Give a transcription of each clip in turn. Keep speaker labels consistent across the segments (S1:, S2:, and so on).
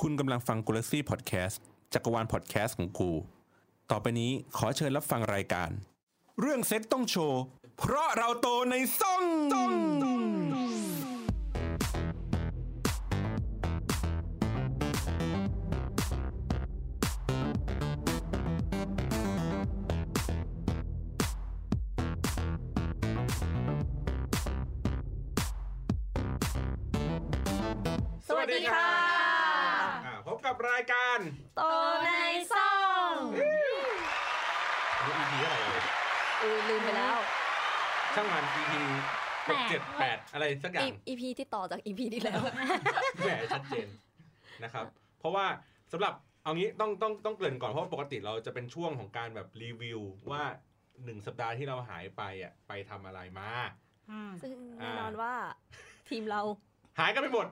S1: คุณกำลังฟังกูลซี่พอดแคสต์จักรวาลพอดแคสต์ของกู ต่อไปนี้ขอเชิญรับฟังรายการ เรื่องเซ็ตต้องโชว์ เพราะเราโตในซ่อง
S2: สวัสดีค่ะ
S1: อ่าพบกับรายการ
S2: โตในซ่อง
S1: นี่ EP เท่าไหร่เอ่ย
S2: อุ้ยลืมไปแล้ว
S1: ช่างมัน EP หก
S2: แปด
S1: เจ็ดแปดอะไรสักอย่าง
S2: อีพีที่ต่อจากอีพีที่แล้ว
S1: แหมชัดเจนนะครับ เพราะว่าสำหรับเอางี้ต้องต้องต้องเกริ่นก่อนเพราะว่าปกติเราจะเป็นช่วงของการแบบรีวิวว่าหนึ่งสัปดาห์ที่เราหายไปอ่ะไปทำอะไรมา
S2: ซึ่งแน่นอนว่าทีมเรา
S1: หายกันไปหม ด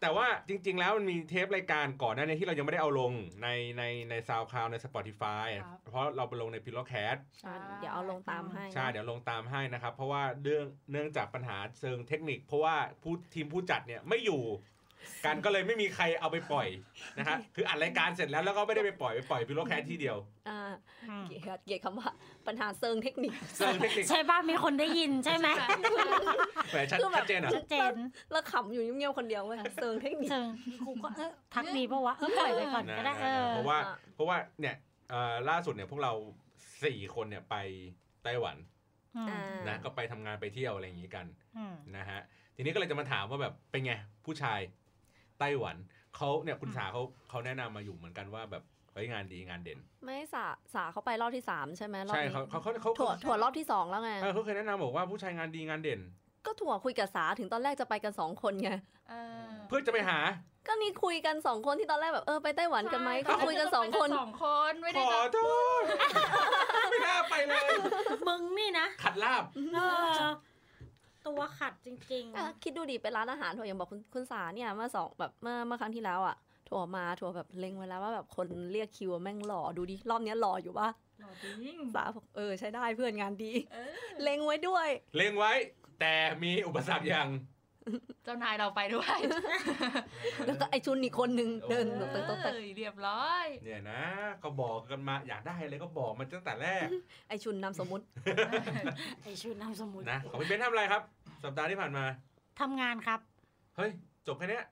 S1: แต่ว่าจริง ๆ แล้วมันมีเทปรายการก่อนหน้านี้ที่เรายังไม่ได้เอาลงในในในซาวคลาวใน Spotify
S3: ครับ
S1: เพราะเราไปลงในพิลโลแคส
S3: ใช่
S2: เดี๋ยวเอาลงตามให้
S1: ใช่ เดี๋ยวลงตามให้นะครับ เพราะว่าเรื่องเนื่องจากปัญหาเชิงเทคนิค เพราะว่าผู้ทีมผู้จัดเนี่ยไม่อยู่ กันก็เลยไม่มีใครเอาไปปล่อยนะฮะคืออัดรายการเสร็จแล้วแล้วก็ไม่ได้ไปปล่อยไปปล่อยพิลโลแคสที่เดียว
S2: อ่าเกลียดเกลียดคำว่าปัญหาเซิงเทคนิค
S1: เชิงเทคนิค
S3: ใช่ป่ะ มีคนได้ยินใช่ไหม
S1: แหมชัด
S2: คือแบบ
S1: ชัดเจนเหรอ่ะ
S3: ชัดเจน
S2: แล้วขำอยู่เงียบๆคนเดียวเว้ยเซิงเทคนิค
S3: เชิงกูก็เออทักดีปะวะ เออปล่อยไปก่อน
S1: นะ
S3: ก็ได้ เอ
S1: นะ
S3: อ
S1: เพราะว่าเพราะว่าเนี่ยเอ่อล่าสุดเนี่ยพวกเราสี่คนเนี่ยไปไต้หวัน
S3: อืม
S2: อ่า
S1: นะก็ไปทำงานไปเที่ยวอะไรอย่างนี้กัน
S3: อืม
S1: นะฮะทีนี้ก็เลยจะมาถามว่าแบบเป็นไงผู้ชายไต้หวันเขาเนี่ยคุณ
S3: อืม
S1: สาเขาเขาแนะนำมาอยู่เหมือนกันว่าแบบเฮ้ยงานดีงานเด่น
S2: ไม่สาสาเขาไปรอบที่สามใช่ไหมรอบ
S1: ใช่
S2: นี้
S1: เขาเขาเขาเขา
S2: ถั่วถั่วรอบที่สองแล้วไง
S1: เออเขาเคยแนะนำบอกว่าผู้ชายงานดีงานเด่น
S2: ก็ถั่วคุยกับสาถึงตอนแรกจะไปกันสองคนไง
S4: เออ
S1: เพื่อจะไปหา
S2: ก็นี่คุยกันสองคนที่ตอนแรกแบบเออไปไต้หวันกันไหมก็คุยกันสองคน
S4: สองคนไม่
S1: ข
S4: ได้
S1: อ
S4: จะ
S1: โทษ ไม่น่าไปเลย
S3: มึงนี่นะ
S1: ขัดลาบ
S3: เออตัวขัดจริง
S2: อ่ะคิดดูดิเป็นร้านอาหารถั่วยังบอกคุณคุณสาเนี่ยเมื่อสองแบบเมื่อเมื่อครั้งที่แล้วอ่ะถั่วมาถั่วแบบเล็งไว้แล้วว่าแบบคนเรียกคิวแม่งหล่อดูดิรอบเนี้ยหล่ออยู่ปะ
S4: หล่อจริง
S2: สาบอกเออใช้ได้เพื่อนงานดี
S4: เออ
S2: เล็งไว้ด้วย
S1: เล็งไว้ แต่มีอุปสรรคอย่าง
S4: เจ้านายเราไปด้วย
S2: แล้วก็ไอชุนอีกคนนึงเดินตกตกตก
S4: เอ้ยเรียบร้อย
S1: เนี่ยนะก็บอกกันมาอยากได้อะไรก็บอกมันตั้งแต่แรก
S2: ไอชุนนามสมมุติ
S3: ๆ ไอชุดนามสมุน
S1: นะของพี่เบนซ์ทำอะไรครับ สัปดาห์ที่ผ่านมา
S3: ทำงานครับ
S1: เฮ้ยจบแค่เนี้ย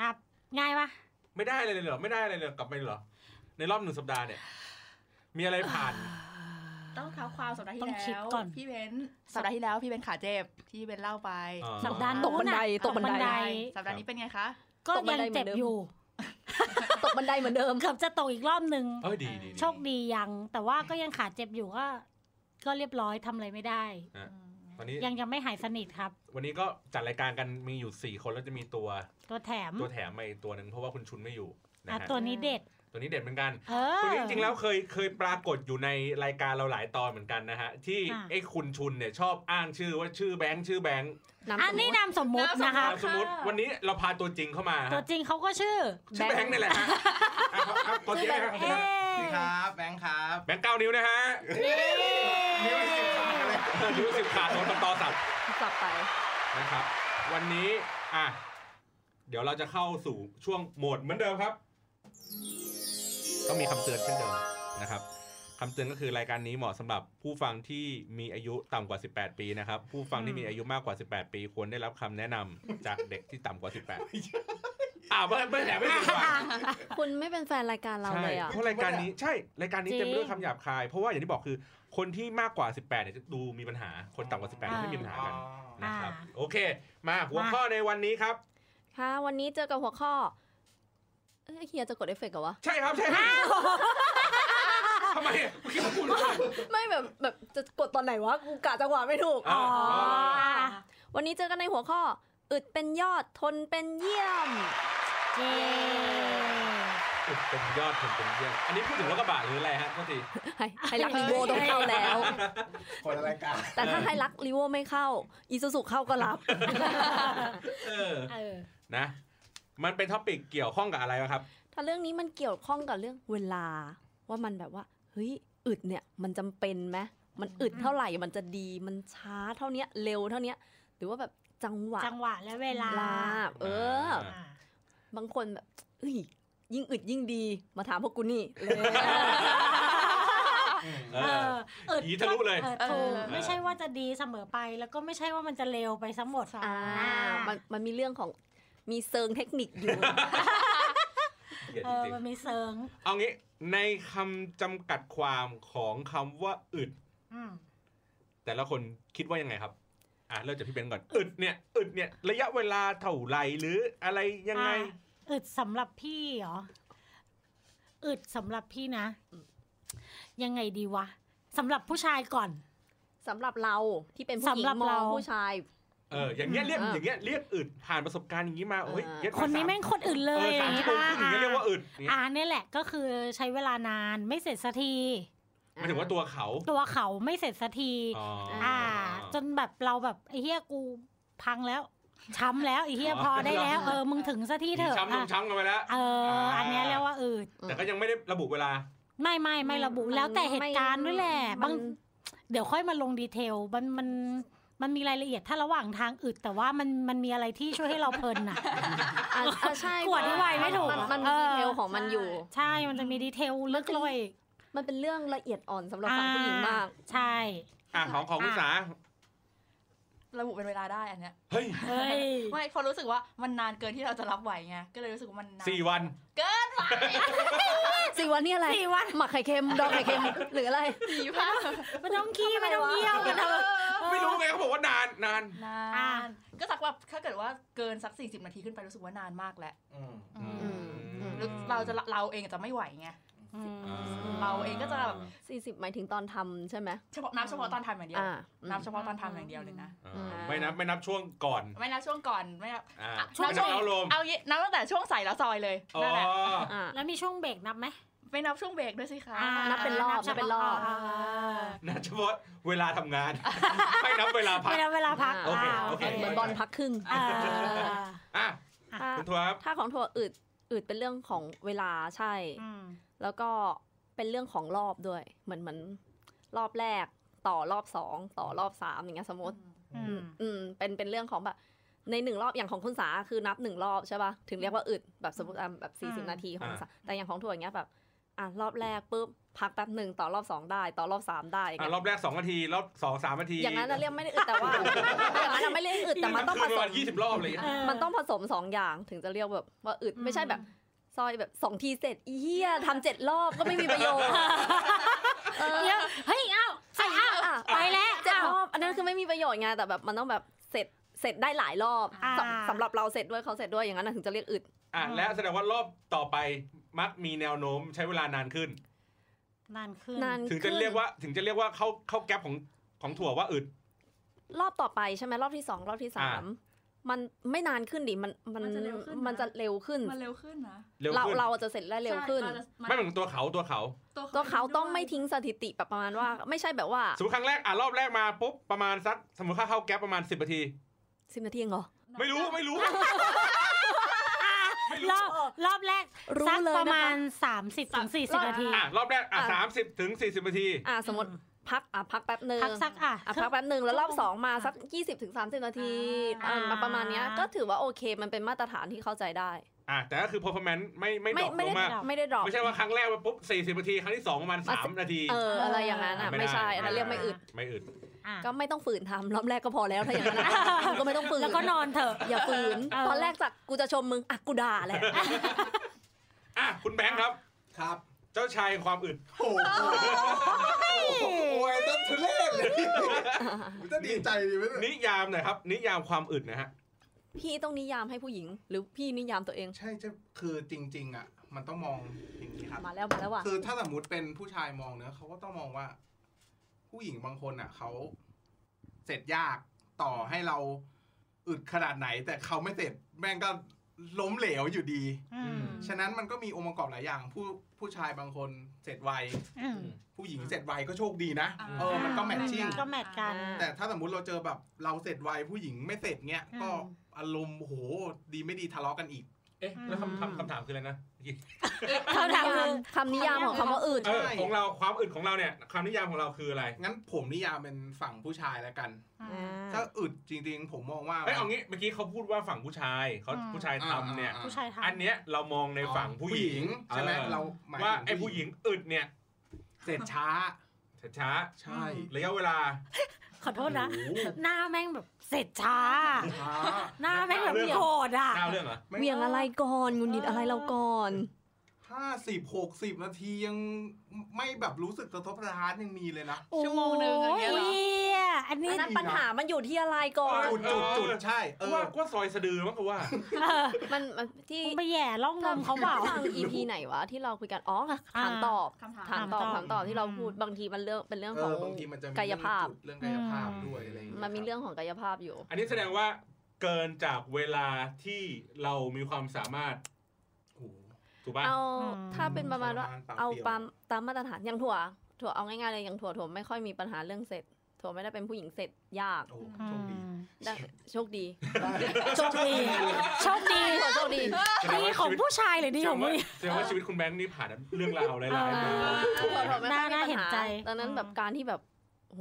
S3: ครับ ง่ายปะ
S1: ไม่ได้อะไรเลยเหรอไม่ได้อะไรเลยเหรอกลับไปเหรอ ในรอบหนึ่งสัปดาห์เนี่ย มีอะไรผ่าน
S4: ต้องเท้าความสัปดาห์ที่
S3: ต้องคิด
S4: แล้ว
S3: ก่อน
S4: พี่เบนสัปดาห์ที่แล้วพี่เบนขาเจ็บที่เบนเล่าไป
S1: อ๋อ
S3: สัปดาห์
S2: ตกบันไดตกบันได
S4: สัปดาห์นี้เป็นไงคะ
S3: ก็
S2: ตกบัน
S3: ยัง
S2: ได
S3: เจ็บอยู่
S2: ตกบันไดเหมือนเดิม
S3: เกือบจะตกอีกรอบหนึ่ง
S1: เอ้ยดีดี
S3: โชคดียัง แต่ว่าก็ยังขาเจ็บอยู่ก็ก็เรียบร้อยทำอะไรไม่ได้
S1: วันนี้
S3: ยังยังไม่หายสนิทครับ
S1: วันนี้ก็จัดรายการกันมีอยู่สี่คนแล้วจะมีตัว
S3: ก็แถม
S1: ตัวแถมมาอีกตัวหนึ่งเพราะว่าคุณชุนไม่อยู่นะ
S3: อ่ะ
S1: ฮะ
S3: ตัวนี้เด็ด
S1: ตัวนี้เด็ดเหมือนกัน
S3: เออ
S1: ตัวนี้จริงๆแล้วเคยเคยปรากฏอยู่ในรายการเราหลายตอนเหมือนกันนะฮะที่
S3: อ่ะ
S1: ไอ้คุณชุนเนี่ยชอบอ้างชื่อว่าชื่อแบงค์ชื่อแบงค์
S2: นา
S3: อั
S2: ม
S3: น
S2: สม
S3: นี้
S2: มุติ
S3: นามสมมุตินะคะ
S1: อ่ะสมมติวันนี้เราพาตัวจริงเข้ามา
S3: ตัว
S1: ฮะ
S3: จริงเขาก็ชื่อ
S1: ชื่อแบงค์นี่แหละฮะอ่ะครับครับตัวจริงนะครับ
S3: เอ๊
S5: สวัสดีครับแบงค์ครับ
S1: แบงค์เก้านิ้วนะฮะ
S5: นิ้วสิบขาดเลย
S1: นิ้วสิบขาดโดนตำตอสับ
S2: กลับไป
S1: นะครับ วันนี้อ่ะเดี๋ยวเราจะเข้าสู่ช่วงโหมดเหมือนเดิมครับ ต้องมีคำเตือนเช่นเดิมนะครับคำเตือนก็คือรายการนี้เหมาะสำหรับผู้ฟังที่มีอายุต่ำกว่า 18 ปีนะครับ ผู้ฟังที่มีอายุมากกว่า 18 ปี ควรได้รับคำแนะนำ จากเด็กที่ต่ำกว่า 18อ่าไม่ไม่แหละไม่ถูกว่า
S2: คุณไม่เป็นแฟนรายการเรา
S1: ใช่
S2: เลยอ่ะ
S1: เพราะรายการนี้ใช่รายการนี้
S3: จริง
S1: เต็มไปด้วยคำหยาบคาย เพราะว่าอย่างที่บอกคือคนที่มากกว่า 18เนี่ยจะดูมีปัญหาคนต่ำกว่า 18ไม่มีปัญหากัน นะครับ
S3: อ่า
S1: โอเค มาหัวข้อในวันนี้ครับ
S2: ค่ะ วันนี้เจอกับหัวข้อเอ้ยเฮียจะกดเอฟเฟกต์เหรอวะ
S1: ใช่ครับใช่ครับทำไมอ่ะเมื่อกี้ผมพูดว่า
S2: ไม่แบบแบบจะกดตอนไหนวะกูกะจังหวะไม่ถูก
S1: อ๋อ
S3: อ๋อ
S2: วันนี้เจอกันในหัวข้อ อึดเป็นยอดทนเป็นเยี่ยม
S3: เจ
S1: อุดเป็นยอดผมเป็นเยี่ยมอันนี้พูดถึงรถกระบะหรืออะไรฮะก็ที
S2: ให้ให้รักลีโวต้องเข้าแล้ว
S5: คนรายการ
S2: แต่ถ้าให้รักลีโวไม่เข้า อีซูซูเข้าก็รับ
S1: เออ
S3: เออ
S1: นะ มันเป็นท็อปิกเกี่ยวข้องกับอะไรวะครับ
S2: ถ้าเรื่องนี้มันเกี่ยวข้องกับเรื่องเวลา ว่ามันแบบว่าเฮ้ยอึดเนี่ยมันจำเป็นไหมมันอึดเท่าไหร่มันจะดีมันช้าเท่าเนี้ยเร็วเท่าเนี้ยหรือว่าแบบจังหวะ
S3: จังหวะและเวลา
S2: เวลาเออ
S1: อ่า
S3: อ่า
S2: บางคนแบบ เอ้ยยิ่งอึดยิ่งดี มาถามพวกกูนี่ เลย
S1: เอ
S3: เอ
S1: อ
S3: ออึด
S1: อีทะลุเลย
S3: ออถูก
S4: เออ
S3: ไม่ใช่ว่าจะดีเสมอไป แล้วก็ไม่ใช่ว่ามันจะเลวไปทั้งหมด
S2: อ่ามันมันมีเรื่องของมีเซิงเทคนิค อยู่
S1: เหี้ยจ
S3: เออ
S1: ริง
S3: มันมีเซิง
S1: ๆเอางี้ในคำจำกัดความของคำว่าอึด
S3: อืม
S1: แต่ละคนคิดว่ายังไงครับ อ่ะเริ่มจากพี่เบนซ์ก่อน อึดเนี่ย อึดเนี่ย ระยะเวลาเท่าไหร่หรืออะไรยังไง
S3: อ่ะอึดสำหรับพี่เหรออึดสำหรับพี่นะ ยังไงดีวะสำหรับผู้ชายก่อน
S2: สำหรับเราที่เป็นผู้หญิง
S3: สำหรับ
S2: มอ
S3: เรา
S2: งผู้ชาย
S1: เออ อย่างเงี้ยเรียก
S2: อ่า
S1: อย่างเงี้ยเรียกอึด ผ่านประสบการณ์อย่างงี้มาโอ้ย
S2: อ่า
S1: เย็ด
S3: คนนี้
S1: าสา
S3: แม่งคนอื่นเล
S1: เอยอ
S3: อ
S1: สา
S3: ย่าม งงี้
S1: ชั่วโม
S3: ป่ะ
S1: งถึงจะเรียกว่าอึดเนี่ย
S3: อ่าเนี่ยแหละก็คือใช้เวลานานไม่เสร็จสักที
S1: หมายถึงว่าตัวเขา
S3: ตัวเขาไม่เสร็จสักที
S1: อ๋ออ
S3: อ่า จนแบบเราแบบไอ้เหี้ยกูพังแล้ว ช้ำแล้วไอ้เหี้ย
S1: อ๋อ
S3: พอได้แล้ว เออมึงถึงสักทีเถอะ
S1: ช้ำ
S3: อ่ะ
S1: ช้ำช้ำกันไปแล้ว
S3: เออ อันเนี้ยเรียกว่าอืด
S1: แต่ก็ยังไม่ได้ระบุเวลา
S3: ไม่ไม่ไม่ระบุ
S2: มัน
S3: แล้วแต่เหตุการณ์ด้วยแหละ
S2: มัน
S3: บางเดี๋ยวค่อยมาลงดีเทลมันมันมันมีรายละเอียดถ้าระหว่างทางอึดแต่ว่ามันมันมีอะไรที่ช่วยให้เราเพลิน น่ะ
S2: อ่าอ่าใช่
S3: กวดด้วยไม่ถูก
S2: นมัน
S3: เอ
S2: มี
S3: อ
S2: ดีเทลของมันอยู่
S3: ใช่มันจะมีดีเทลลึกเลย
S2: มันเป็นเรื่องละเอียดอ่อนสำหรับฝั่งผู้หญิงมาก
S3: ใช่
S1: อ่ะของของคุณสา
S4: ระบุเป็นเวลาได้อันเนี้ย
S1: เฮ้ย
S3: เฮ้ย
S4: ไม่พอรู้สึกว่ามันนานเกินที่เราจะรับไหวไงก็เลยรู้สึกว่ามันนาน
S1: สี่วัน
S4: เกินไป
S2: สี่วันนี่อะไร
S3: สี่วัน
S2: หมักไข่เค็มดองไข่เค็มหรืออะไร
S4: สี่วัน
S3: ไม่ต้องขี้ไม่ต้องเยี่ยวกันเถอะ
S1: ไม่รู้ไงเขาบอกว่านานนาน
S4: นานก็สักว่าถ้าเกิดว่าเกินสัก 40 นาทีขึ้นไปรู้สึกว่านานมากแล้ว
S5: อืม
S3: อืม
S1: อืม
S4: หรือเราจะเราเองอาจจะไม่ไหวไง
S3: อืม
S4: เราเองก็จะแบบ
S2: สี่สิบหมายถึงตอนทำใช่ไหม
S4: เฉพาะน้ำเฉพาะตอนทำอย่างเดียว
S2: อ่า
S4: น้ำเฉพาะตอนทำอย่างเดียวเลยนะ
S1: อ่าไม่นับไม่นับช่วงก่อน
S4: ไม่นับช่วงก่อนไม่นับ
S1: อ่า
S4: อ่ะ
S3: ช่วง
S1: ไม่นับเอาลม
S4: เอางี้นับตั้งแต่ช่วงใส่แล้วซอยเลย
S1: อ๋อ
S4: นั่นแหละ
S2: อ่า
S3: แล้วมีช่วงเบรกนับไหม
S4: ไม่นับช่วงเบรกด้วยสิคะ
S3: อ่า
S2: นับเป็นรอบนับเป็นรอบ
S3: า
S1: นับเฉพาะเวลาทำงาน ไม่นับเวลาพัก
S3: เวลาเวลาพัก
S1: โอเค
S3: า
S1: โอเค
S2: เหมือนบอลพักครึ่ง
S3: อ่า
S1: อ่ะ
S2: ถ้า
S1: คุณทัวร์ครับ
S2: ถ้าของถั่วอืดอืดเป็นเรื่องของเวลาใช่
S3: อืม
S2: แล้วก็เป็นเรื่องของรอบด้วย เหมือนเหมือนรอบแรกต่อรอบสองต่อรอบสามอย่างเงี้ยสมม
S4: อื
S2: ติ
S4: ม
S3: อืม
S2: อืมเป็นเป็นเรื่องของแบบในหนึ่งรอบอย่างของคุณสาคือนับหนึ่งรอบใช่ป่ะถึงเรียกว่าอึดแบบสมมติอ่ะแบบสี่สิบนาทีของคุณสาแต่อย่างของถั่วอย่างเงี้ยแบบอ่ะรอบแรกปุ๊บพักแป๊บหนึ่งต่อรอบสองได้ ต่อรอบสามได้อย่าง
S1: อ่ะ
S2: เงี้ย
S1: รอบแรก 2 นาที รอบ 2 3 นาที
S2: อย่างนั้นน่ะเรียกไม่ได้อึดแต่ว่า อย่างนั้นน่ะไม่เรียกอึดแต่มันต้องผ
S1: คื
S2: ส
S1: ประาม ณ20 รอบเลย
S3: เ
S2: มันต้องผสมสองอย่างถึงจะเรียกแบบว่าอึดไม่ใช่แบบซอยแบบสองทีเสร็จอีเหี้ยทำเจ็ดรอบก็ไม่มีประโยชน์เออ
S3: เดี๋ยวเฮ้ยเอ้าใส่เอ้า
S2: อ่ะ
S3: ไปแล้ว
S2: เจ็ด
S3: เอ้า
S2: รอบอันนั้นคือไม่มีประโยชน์ไงแต่แบบมันต้องแบบเสร็จเสร็จได้หลายรอบ
S3: อ่า
S2: สำสำหรับเราเสร็จด้วยเขาเสร็จด้วยอย่างนั้นน่ะถึงจะเรียกอึด
S1: อ่ะแล้วแสดงว่ารอบต่อไปมักมีแนวโน้มใช้เวลานานขึ้น
S3: นานขึ้น
S2: นาน
S1: ถึงจะ
S2: ขึ้น
S1: เรียกว่าถึงจะเรียกว่าเข้าเข้าแก๊ปของของถั่วว่าอึด
S2: รอบต่อไปใช่ไหมรอบที่สองรอบที่สามมันไม่นานขึ้นดิมันมัน
S4: มันจะเร็วขึ้นนะ
S2: มันจะเร็วขึ้น
S4: มันเร็วขึ้นนะ
S1: เร็ว
S2: เรา
S1: ขึ้น
S2: เราจะเสร็จได้เร็วขึ้น
S4: ใช่ราจะมัน
S1: ไม่เหมือนตัวเขาตัวเขา
S2: ตัวเขาต้องไม่
S4: ด้วย
S2: ทิ้งสถิติแบบประมาณว่า ไม่ใช่แบบว่า
S1: สมมติครั้งแรกอ่ะรอบแรกมาปุ๊บประมาณสักสมมติค่าเข้าแก๊ปประมาณ 10นาที
S2: สิบนาทีเองเหรอ
S1: ไม่รู้ไม่รู้
S3: รอบรอบแรก
S2: รู้
S3: สัก
S2: เลยนะคะ
S3: ประมาณ 30ถึง40 นาที
S1: อ่ะรอบแรกอ่ะ
S2: อ่ะ
S1: สามสิบถึงสี่สิบนาที
S2: อ่ะสมมติพักอ่ะพักแป๊บหนึ่ง
S3: พักสักอ่ะ
S2: อ่ะพักแป๊บหนึ่งแล้วรอบ
S3: ชั่วโมง
S2: สองมา
S3: อ่ะ
S2: สัก 20-30ถึง30 นาที
S3: อ่า
S2: อ่ะมาประมาณเนี้ยก็ถือว่าโอเคมันเป็นมาตรฐานที่เข้าใจได้
S1: อ่ะแต่ก็คือ performance ไม่ไม่ดร
S2: ไม่
S1: อปล
S2: ไม่
S1: งมา
S2: ได้
S1: ก
S2: ไม่ได้ดรอป
S1: ไม่ใช่ว่าครั้งแรกมาปุ๊บสี่สิบนาที ครั้งที่สองประมาณสามนาที
S2: เอออะไรอย่างนั้นอ่ะ
S1: ไม่ได้
S2: ไม่ใช่อัน
S1: ไม่ได้
S2: นั้นเรียกไม่อึด
S1: ไม่อึด
S3: อ่ะ
S2: ก็ไม่ต้องฝืนทำรอบแรกก็พอแล้วถ้าอย่างนั้นอ่ะ ก็ไม่ต้องฝืน
S3: แล้วก็นอนเถอะ
S2: อย่าฝืน
S3: เออ
S2: ตอนแรกจากกูจะชมมึงอ่ะกูด่าแหละ
S1: อ่ะ คุณแบงค์ครับ
S5: ครับ
S1: เจ้าชายแห่งความอึด
S5: โอ้โหโอ้ยต้นทุเรศเลยมันจะดีใจดีไหมเนี่ย
S1: นิยามหน่อยครับ นิยามความอึดนะฮะ
S2: พี่ต้องนิยามให้ผู้หญิง หรือพี่นิยามตัวเอง
S5: ใช่จะคือจริง ๆ อ่ะ มันต้องมองอย่างนี้ครับ
S2: มาแล้วมาแล้ว ว่ะ
S5: คือถ้าสมมติเป็นผู้ชายมองเนอะเขาก็ต้องมองว่า ผู้หญิงบางคนอ่ะเขาเสร็จยากต่อให้เราอึดขนาดไหน แต่เขาไม่เสร็จแม่งก็ล้มเหลวอยู่ดี
S3: อืม
S5: ฉะนั้นมันก็มีองค์ประกอบหลายอย่าง ผู้ผู้ชายบางคนเสร็จไว
S3: อืม
S5: ผู้หญิงเสร็จไวก็โชคดีนะ
S4: อ่า
S5: เออมันก็
S3: อ่า
S5: แมทชิ่ง
S3: ก็แมทกัน
S5: แต่ถ้าสมมติเราเจอแบบเราเสร็จไวผู้หญิงไม่เสร็จเงี้ย ก็
S3: อืม
S5: อารมณ์โหดีไม่ดีทะเลาะกันอีก
S1: เ อ๊ะแล้วคำคำคำถามคืออะไรนะ
S2: คำถามคือคำนิยามของคำว่าอึด
S1: เออของเราความอึดของเราเนี่ยคำนิยามของเราคืออะไร
S5: งั้นผมนิยามเป็นฝั่งผู้ชายแล้วกัน
S4: อ่า
S5: ถ้าอึดจริงๆ ผมมองว่า
S1: เอ้ยเอางี้เมื่อกี้เขาพูดว่าฝั่งผู้ชายเขา
S3: อืม
S1: ผู้ชายทำเนี่ย
S5: อ่า
S3: ผู้ชายทำ
S1: อันเนี้ยเรามองในฝั่งผู้หญิง
S5: ใช่ไหม
S1: ออ
S5: เราหมยถึ
S1: ว่าไอ้ผู้หญิงอึดเนี่ย
S5: เสร็จช้า
S1: ช้า
S5: ใช่
S1: ๆระยะเวลา
S3: ขอโทษนะ
S5: โอ้โห
S3: หน้าแม่งแบบเสร็จช้า
S5: ช้า
S3: หน้าแม่งแบบ
S1: เรื่อง
S3: โกรธอ่ะ
S1: เก้าเรื่องเหรอ
S2: เวียงอะไรก่อนหงุนงิดอะไรเราก่อน
S5: ห้าสิบหกสิบนาทียังไม่แบบรู้สึกกระทบกระทานยังมีเลยนะ
S4: ชั่วโมงหนึ่งอย่างเงี้ยเหรอ
S3: โอ้ยอันนี้
S2: อันนั้นปัญหามันอยู่ที่อะไรก่อน
S1: เอ
S5: จุ
S1: อ
S5: ดจุดจุดใช่เออ
S1: ว่าว่าซอยสะดือมั้งกูว่า
S3: เออ
S2: มันมันที่
S3: มึงไปแหย่ล่องนมเขาเปล่า
S2: ฟัง EP ไหนวะที่เราคุยกัน อ๋อถามตอบ
S4: คำถาม
S2: ถามตอบถามตอบที่เราพูด
S3: อืม
S2: บางทีมันเรื่องเป็นเรื่อง
S5: เอ
S2: ของ
S5: อบางทีมันจะมี
S2: กายภาพ
S5: เรื่องจุดเรื่องกายภาพด้วยอะไรอย่างเงี้ย
S2: มันมี
S5: คบ
S2: เรื่องของกายภาพอยู่
S1: อันนี้แสดงว่าเกินจากเวลาที่เรามีความสามารถ
S5: โอ้โห
S1: ถูกป่ะ
S2: เอา
S3: อืม
S2: ถ้าเป็นประมาณว่า
S5: ประมาณ
S2: เอาตา
S5: ปา
S2: ม ม
S5: เปรียว
S2: ตามมาตรฐานอย่างถั่ว ถั่วเอาง่ายๆเลยอย่างถั่วถั่วไม่ค่อยมีปัญหาเรื่องเสร็จถั่วไม่ได้เป็นผู้หญิงเสร็จยาก
S5: โอ้โห
S3: อื
S5: โชค
S3: ม
S5: ดี
S2: ได้โชคดี
S3: โชคดีโชคดี
S2: ถั่วโชคดี
S1: แสดง
S3: ดี
S1: ว่า
S3: ของ
S1: ชีวิต
S3: ผู้ชายหรือดีของผู้หญิง
S1: แสดงว่าชีวิตคุณแบงค์นี่ผ่านเรื่องราวหลายๆ
S3: เอ
S1: มา
S3: อ
S2: ถั่วถั่วไม่ค่อยมี
S3: น่า
S2: ปัญ
S3: เห็น
S2: หา
S3: ใจ
S2: ดังนั้น
S3: อืม
S2: แบบการที่แบบโห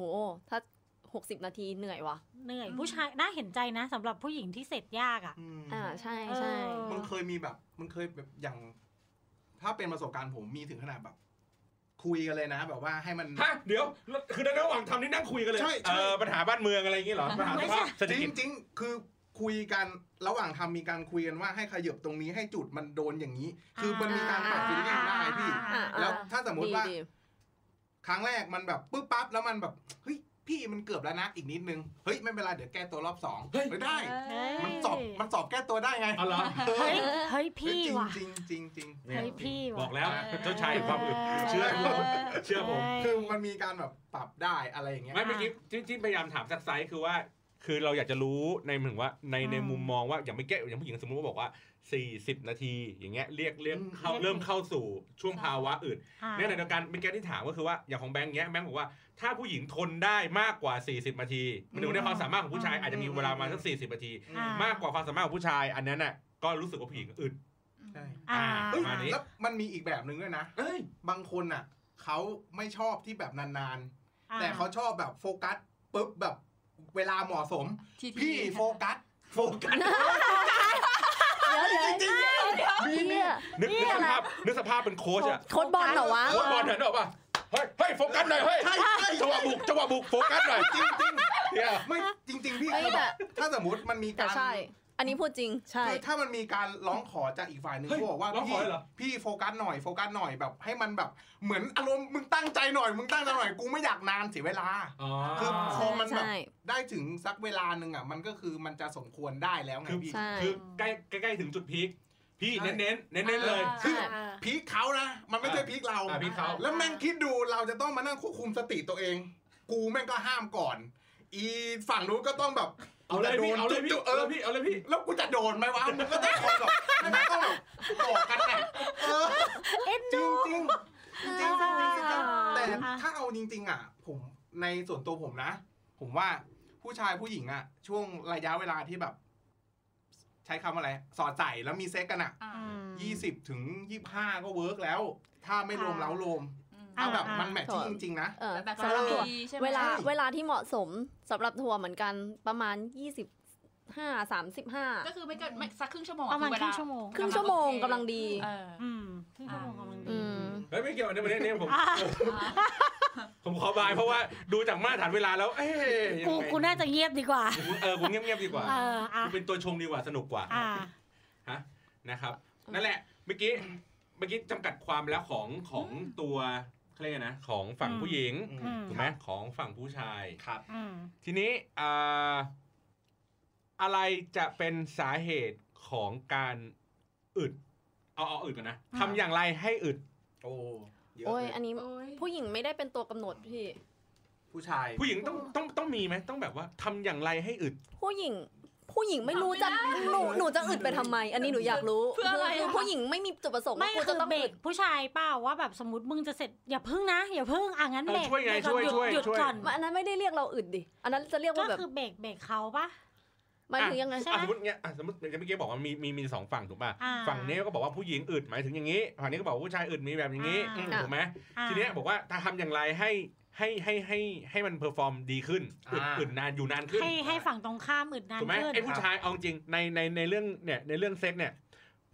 S2: ถ้า 60 นาทีเหนื่อยวะ
S3: เหนื่อยผู้ชายน่าเห็นใจนะสำหรับผู้หญิงที่เสร็จยากอ่ะ
S5: อืม
S2: อ่าใช่ใช่
S3: เออ
S5: มันเคยมีแบบ มันเคยแบบอย่าง ถ้าเป็นประสบการณ์ผมมีถึงขนาดแบบ คุยกันเลยนะ แบบว่าให้มัน
S1: ฮะเดี๋ยวแล้วคือในระหว่างทำนี่นั่งคุยกันเลย
S5: ใช่ใช่
S1: เออปัญหาบ้านเมืองอะไรอย่างงี้เหรอปัญหาสภาพเศรษฐ
S5: จ
S1: กิ
S5: ริ
S1: จ
S5: งจริงๆคือคุยกันระหว่างทำมีการคุยกันว่าให้ขยับตรงนี้ให้จุดมันโดนอย่างนี้ คือมันมีการปรับฟิลลิ่งได้พี่
S2: อ่า
S5: แล้วถ้าสมมติว่า
S2: ดี
S5: ครั้งแรกมันแบบปึ๊บปั๊บแล้วมันแบบเฮ้ยพี่มันเกือบแล้วนะอีกนิดนึงเฮ้ยไม่เป็นไรเดี๋ยวแก้ตัวรอบสองเฮ้ยได้
S3: เฮ้ย
S5: มันสอบมันสอบแก้ตัวได้ไง
S1: เอาเหรอ
S3: เฮ้ยเฮ้ยพี่ว่ะ
S5: จริงจริงๆจริงๆ
S1: เนี่ย
S3: เฮ้ยพี่
S1: บอ
S3: ว่ะ
S1: กแล้วเจ้าชายแห่งความอึดเชื่อผม เชื่อผม
S5: คือมันมีการแบบปรับได้อะไรอย่างเงี้ย
S1: ไม่เมื่อกี้ที่ที่พยายามถามซักไซส์คือว่า คือเราอยากจะรู้ในหมายถึงว่าในในมุมมองว่าอย่างไม่แก้อย่างผู้หญิงสมมติว่าบอกว่า 40 นาที อย่างเงี้ยเรียกเรียกเข้าเริ่มเข้าสู่ช่วงภาวะอื่น
S3: อ่า
S1: ในขณะเดียวกันเป็นแกที่ถามก็คือว่าอย่างของแบงค์เงี้ยแบงค์บอกว่าถ้าผู้หญิงทนได้มากกว่า 40นาทีหรือในความสามารถของผู้ชายอาจจะมีเวลามาสัก40นาที
S5: อืม
S1: มากกว่าความสามารถของผู้ชายอันนั้นน่ะก็รู้สึกว่าผู้หญิงอึด
S5: ใช่
S3: อ่า
S5: เอ้ย
S1: มาดิ
S5: แล้วมันมีอีกแบบหนึ่งด้วยนะ
S1: เอ้ย
S5: บางคนอ่ะเขาไม่ชอบที่แบบนานๆ แต่เขาชอบแบบโฟกัสปุ๊บแบบเวลาเหมาะสม
S4: ทีที
S5: พี่โฟกัสโฟกัส
S2: เดี๋ยว
S5: จริงๆมี
S2: เดี๋ยว
S5: มี
S2: เนี่ย
S1: นึกนึกสภาพนึกสภาพเป็นโค้ชอะ
S2: โค้ดบอลเหรอวะ
S1: โค้ชบอลเห็นหรอป่ะเฮ้ยเฮ้ยโฟกัสหน่อยเฮ้ย
S5: ใช่ใช่
S1: จังหวะบุกจังหวะบุกโฟกัสหน่อย
S5: จริงจริง
S1: เนี่ย
S5: ๆไม่จริง ๆ พี่
S2: เฮ้ยแต่
S5: ถ้าสมมติมันมี
S2: แต่
S5: การ
S2: ใช่ อันนี้พูดจริงใช่
S5: คือถ้ามันมีการร้องขอจากอีกฝ่ายหนึ่ง
S1: เฮ้ย
S5: ก็บอกว่า
S1: ร้องข
S5: พี่
S1: อเลยเหรอ
S5: พี่โฟกัสหน่อยโฟกัสหน่อยแบบให้มันแบบเหมือนอารมณ์มึงตั้งใจหน่อยมึงตั้งใจหน่อยกูไม่อยากนานเสียเวลา
S1: อ๋อ
S5: คือพอมันแบบ
S2: ใช่
S5: ได้ถึงสักเวลาหนึ่งอ่ะมันก็คือมันจะสมควรได้แล้วไง
S1: คือ
S5: พี่
S2: ใช่
S1: คือใกล้ใกล้ใกล้ถึงจุดพีคพี่
S5: ใช่
S1: เน้นเน้นเน้นเน้นๆเลย
S5: คือ พีคเขานะมันไม่ใช่พีคเรา
S1: อ่ะพีคเขา
S5: แล้วแม่งคิดดูเราจะต้องมานั่งควบคุมสติตัวเอง กูแม่งก็ห้ามก่อน อีฝั่งนู้นก็ต้องแบบ
S1: เอาเลยพี่เอาเลยพี่
S5: จุ๊บๆ
S1: เอ
S5: เอ
S1: อ
S5: อ
S1: พี่เอาเลยพี่
S5: แล้วกูจะโดนไหมวะมันก็ต้องคอยแบบมันก็ต้องแบบบอกกันแหละเออจริงจริงๆจริงๆจริงๆจริงๆแต่ถ้าเอาจริง ๆ อ่ะ ผมในส่วนตัวผมนะ ผมว่าผู้ชายผู้หญิงอ่ะ ช่วงระยะเวลาที่แบบ ใช้คำอะไร สอดใส่แล้วมีเซ็กกันอ่ะ
S4: อ่า
S3: อืม
S5: ยี่สิบถึงยี่ห้าก็เวิร์กแล้ว ถ้าไม่รวม
S3: อ่า
S5: เล้ารวม
S4: อืม
S5: เอาแบบ
S3: อ่ามั
S5: มันแมทชิ่งจริงๆนะ
S2: เออ
S4: แบบ
S2: สำหรับ
S4: ก
S2: ถั่ว
S4: ณีใช่ไหม
S2: เวลา
S5: ใช่
S2: เวลาที่เหมาะสมสำหรับทัวร์เหมือนกันประมาณ 25
S4: ก็
S2: 35
S4: คือไม่เกินไม่สักครึ่งชั่วโมง
S3: ประมาณ
S4: อ
S3: ค
S4: เวล
S3: รึ่งชั่วโมง
S2: ครึ่งชั่วโมงกำลังดี
S4: เออ
S3: อืมครึ่งชั่วโมงกำลัง
S2: อื
S3: ดี
S2: ม
S1: เฮ้ยไม่เกี่ยวอันนี้ประเด็นนี้ผม
S3: อ่า
S1: ผมขอบายเพราะว่าดูจากมาตรฐานเวลาแล้ว เอ้ยยังไง
S3: กูกูน่าจะเงียบดีกว่า
S1: กูเออกูเงียบๆดีกว่า
S3: เอออ่ะ
S1: กูเป็นตัวชงดีกว่าสนุกกว่า
S3: อ่า
S1: นะครับ นั่นแหละเมื่อกี้เมื่อกี้จำกัดความไปแล้วของของตัวเขาเรียกไงนะของฝั่ง
S3: อืม
S1: ผู้หญิง
S5: อืม
S3: อืม
S1: ถูกไหมของฝั่งผู้ชาย
S5: ครับ
S3: อืม
S1: ทีนี้อ่าอะไรจะเป็นสาเหตุของการอึดเอาเอาอึดก่อนนะทำอย่างไรให้อึด
S5: โอ้เยอะ
S2: โอ้ย
S5: เลย
S2: อันนี้ผู้หญิงไม่ได้เป็นตัวกำหนดพี่
S5: ผู้ชาย
S1: ผู้หญิงต้องต้องต้องมีไหมต้องแบบว่าทำอย่างไรให้อึด
S2: ผู้หญิง ผู้หญิงไม่รู้จะหนูหนูจะอึดไปทำไม อันนี้หนูอยากรู้
S4: เพื่ออะไร
S2: คื
S4: อะ
S2: ผู้หญิงไม่มีจุดประสงค์
S3: ไม่
S2: ว่ากู
S3: คื
S2: จะ
S3: อ
S2: ต้อง
S3: เบร
S2: อึ
S3: ก
S2: ด
S3: ผู้ชายเปล่าว่าแบบสมมติมึงจะเสร็จอย่าพึ่งนะ อย่าพึ่งอ่ะงั้น
S1: เออ
S3: เบรก
S1: ช่วยไง
S3: เบรกก่อน
S1: ช่วยช่วย
S3: หดหด
S1: ช่วย
S3: ก่อน
S2: อันนั้นไม่ได้เรียกเราอึดดิ อันนั้นจะเรียก
S3: ก็
S2: ว่าแบบ
S3: คือเบรกเบรกเขาปะ
S2: หมายถึงยังไง
S3: ใช่
S1: อ่ะสมมติเงี้ยอ่ะสมมติเมื่อกี้บอกว่ามีมีมีสองฝั่งถูกป่ะ
S3: อ่า
S1: ฝั่งนี้ก็บอกว่าผู้หญิงอึดหมายถึงอย่างนี้ฝั่งนี้ก็บอกว่าผู้ชายอึดมีแบบอย่างนี้
S3: อ่า
S1: อืมถูกไหม
S3: อ่า
S1: ทีเนี้ยบอกว่าถ้าทำอย่างไรให้ให้ให้ให้ให้มันเพอร์ฟอร์มดีขึ้นอึด
S5: อ่า
S1: อึดนานอยู่นานขึ้น
S3: ให้ให้ฝั่งตรงข้ามอึดนาน
S1: ถูกไหม
S3: ขึ้น
S1: ไอ้ผู้ชายเอาจริงในในในเรื่องเนี่ยในเรื่องเซ็กเนี่ย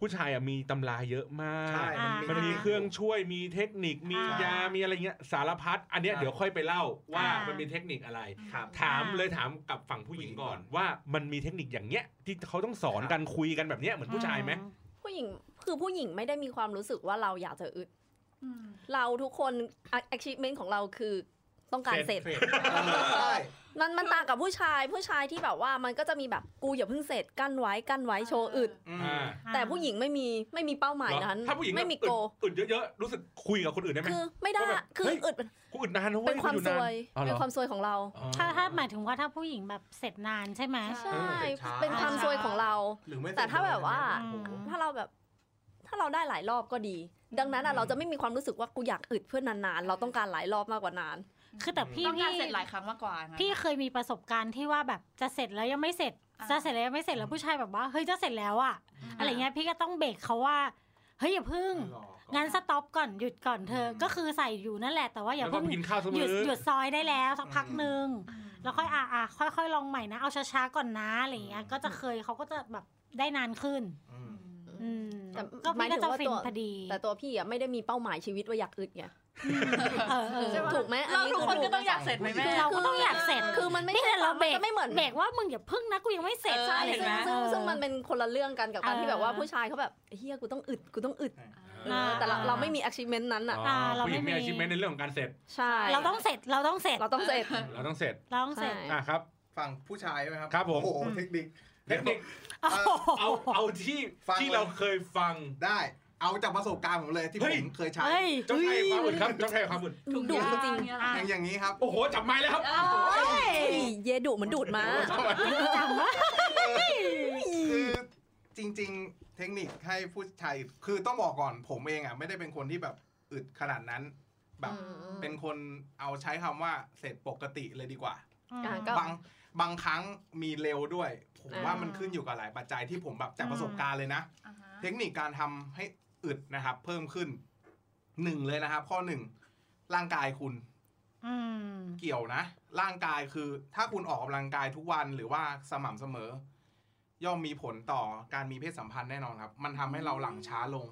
S1: ผู้ชายอ่ะมีตำราเยอะมาก
S5: ใช่
S1: มันมีเครื่องช่วยมีเทคนิคมียามีอะไรเงี้ยสารพัดอันเนี้ยเดี๋ยวค่อยไปเล่าว่า
S3: อ่ามั
S1: มันมีเทคนิคอะไร
S5: ครับ
S1: ถามเลยถามกับฝั่งผู้หญิงก่อน ว่ามันมีเทคนิคอย่างเนี้ยที่เขาต้องสอนกันคุยกันแบบเนี้ยเหมือนผู้ชายไหม
S2: ผู้หญิงคือผู้หญิงไม่ได้มีความรู้สึกว่าเราอยากจะอึด
S4: อืม
S2: เราทุกคน achievement ของเราคือต้องการเสร็จ
S5: ใช่
S2: มันมันต่างกับผู้ชายผู้ชายที่แบบว่ามันก็จะมีแบบกูอย่าเพิ่งเสร็จกั้นไว้กั้นไว้โชว์อึด
S3: อ่า
S2: แต่ผู้หญิงไม่มีไม่มีเป้าหมาย
S1: เหรอ
S2: นั้น
S1: ถ้าผู้หญิง
S2: ไม่มีโก
S1: อึดเยอะๆ รู้สึกคุยกับคนอื่นได้ไหม
S2: คือไม่ได้
S1: ก็แบบ
S2: คือ
S1: เฮ้ย
S2: อึด
S1: กูอึดนานนะเว้
S2: เป็
S1: ย
S2: นความ
S1: กูอ
S2: ซวย
S1: นอ๋อเหร
S2: เป็น
S1: อ
S2: ความซวยของเรา
S1: อ๋อ
S3: ถ้าถ้าหมายถึงว่าถ้าผู้หญิงแบบเสร็จนานใช่ไหม
S2: ใช่
S5: ช้า
S2: เป็นความซวยของเรา
S5: หรือไม่
S2: แต่ถ้าแบบว่า
S5: โอ้โห
S2: ถ้าเราแบบ ถ้าเราได้หลายรอบก็ดี ดังนั้นอะ
S5: อืม
S2: เราจะไม่มีความรู้สึกว่ากูอยากอึดเพื่อนนานๆ เราต้องการหลายรอบมากกว่านาน
S3: คือแต่พี่
S4: ต้องการ
S3: พี่
S4: เสร็จหลายครั้งมากกว่างั้น
S3: พี่เคยมีประสบการณ์ที่ว่าแบบจะเสร็จแล้วยังไม่เสร็จ
S4: อ่า
S3: จะเสร็จแล้วยังไม่เสร็จแล้วผู้ชายแบบว่าเฮ้ยจะเสร็จแล้วอะ
S4: ม
S3: อะไรเงี้ยพี่ก็ต้องเบรกเขาว่าเฮ้ยอย่าเพึ่ง
S5: หล่อ
S3: งั้นสต็อปก่อนหยุดก่อนเธอ
S5: อืม
S3: ก็คือใส่อยู่นั่นแหละแต่ว่าอย่า
S1: แล้วก็
S3: เพิ่ง
S1: กินข้าวเสม
S3: หยุด
S1: อ
S3: หยุดซอยได้แล้วสักพัก
S5: อืม
S3: หนึ่งแล้วค่อยอ่ะอ่ะค่อยๆลองใหม่นะเอาช้าๆก่อนนะอะไรเงี้ยก็จะเคยเขาก็จะแบบได้นานขึ้น
S5: อืม
S3: อืม
S2: แต่
S3: ก็
S2: หมาย
S3: พี่
S2: ถึง
S3: ก็จะ
S2: ว่า
S3: ฟิ
S2: ตั
S3: น
S2: ว
S3: พอดี
S2: แต่ตัวพี่อะไม่ได้มีเป้าหมายชีวิตว่าอยากอึดไง
S3: เออเออ
S4: ใช่ปะ
S2: ถูกไหมอัน
S4: เรา
S2: นี้
S4: ทุก
S2: คือ
S4: คนก็ต้องอยากเสร็จไหม
S5: ถู
S4: แม่
S5: ก
S3: เราก็ต้องอยากเสร็จ
S2: คือมันไม่
S3: นี่
S2: ใช่
S3: เราเบรก
S2: มันจะไม่เหมือน
S3: เบรกว่ามึงอย่าพึ่งนะกูยังไม่เสร็จ
S4: เออ
S2: ใช่
S3: อะ
S2: ซึ่ง
S3: ไรนะ
S2: ซึ่ง
S3: เออ
S2: ซึ่งมันเป็นคนละเรื่องกันกับการ
S3: เออ
S2: ที่แบบว่าผู้ชายเขาแบบเฮียกูต้องอึดกูต้องอึดเออ
S3: อ่า
S2: แต่เราเราไม่มี achievement นั้นอะ
S1: อ๋อ
S3: เรา
S1: ผู้ห
S3: ไม่
S1: ญิงมีอา
S3: มี
S1: ชีพในเรื่องของการเสร็จ
S2: ใช่
S3: เราต้องเสร็จเราต้องเสร็จ
S2: เราต้องเสร็จ
S1: เราต้องเสร็จ
S3: เราต้องเสร็จ
S2: ใช่
S1: อ่ะครับ
S5: ฝั่งผู้ชายใช่ไหมครับ
S1: ครับผม
S5: โอ้โหเทคนิค
S1: เทคนิค
S3: โอ้โห
S1: เอาเอาที่
S5: ฟัง
S1: ที่เราเคยฟัง
S5: ได้ เอาจากประสบการณ์ผมเลยที่
S1: เฮ้
S5: ผ
S1: ย
S5: มเคยใช้
S3: เฮ้ย
S1: เจ้าชายความอึดครับเจ้าชายความอึด
S4: ถุ
S2: ดุ
S4: ง
S2: จ
S4: ยาง
S2: ริง
S4: เนี่ยเหรอ
S5: อย่างอย่างนี้ครับ
S1: โอ้โหจับไม้แล้วครับ
S4: อ้าว
S2: ๆเฮ้ยเยดุเหมันดูดมา
S3: จังวะ
S5: คือจริง ๆ เทคนิคให้ผู้ชายคือต้องบอกก่อนผมเองอ่ะไม่ได้เป็นคนที่แบบอึดขนาดนั้น แบบเป็นคนเอาใช้คำว่าเสร็จปกติเลยดีกว่า
S2: อ่ะ ก็
S5: บางบางครั้งมีเร็วด้วย ผม
S2: อ่า
S5: ว่ามันขึ้นอยู่กับหลายปัจจัยที่ผมแบบจากประสบการณ์เลยนะ
S4: อ่าฮะ
S5: เทคนิคการทำให้อึดนะครับ เพิ่มขึ้นหนึ่งเลยนะครับ ข้อหนึ่งร่างกายคุณ
S3: อืม
S5: เกี่ยวนะ ร่างกายคือ ถ้าคุณออกกำลังกายทุกวันหรือว่าสม่ำเสมอ ย่อมมีผลต่อการมีเพศสัมพันธ์แน่นอนครับ มันทำให้เราหลังช้าลง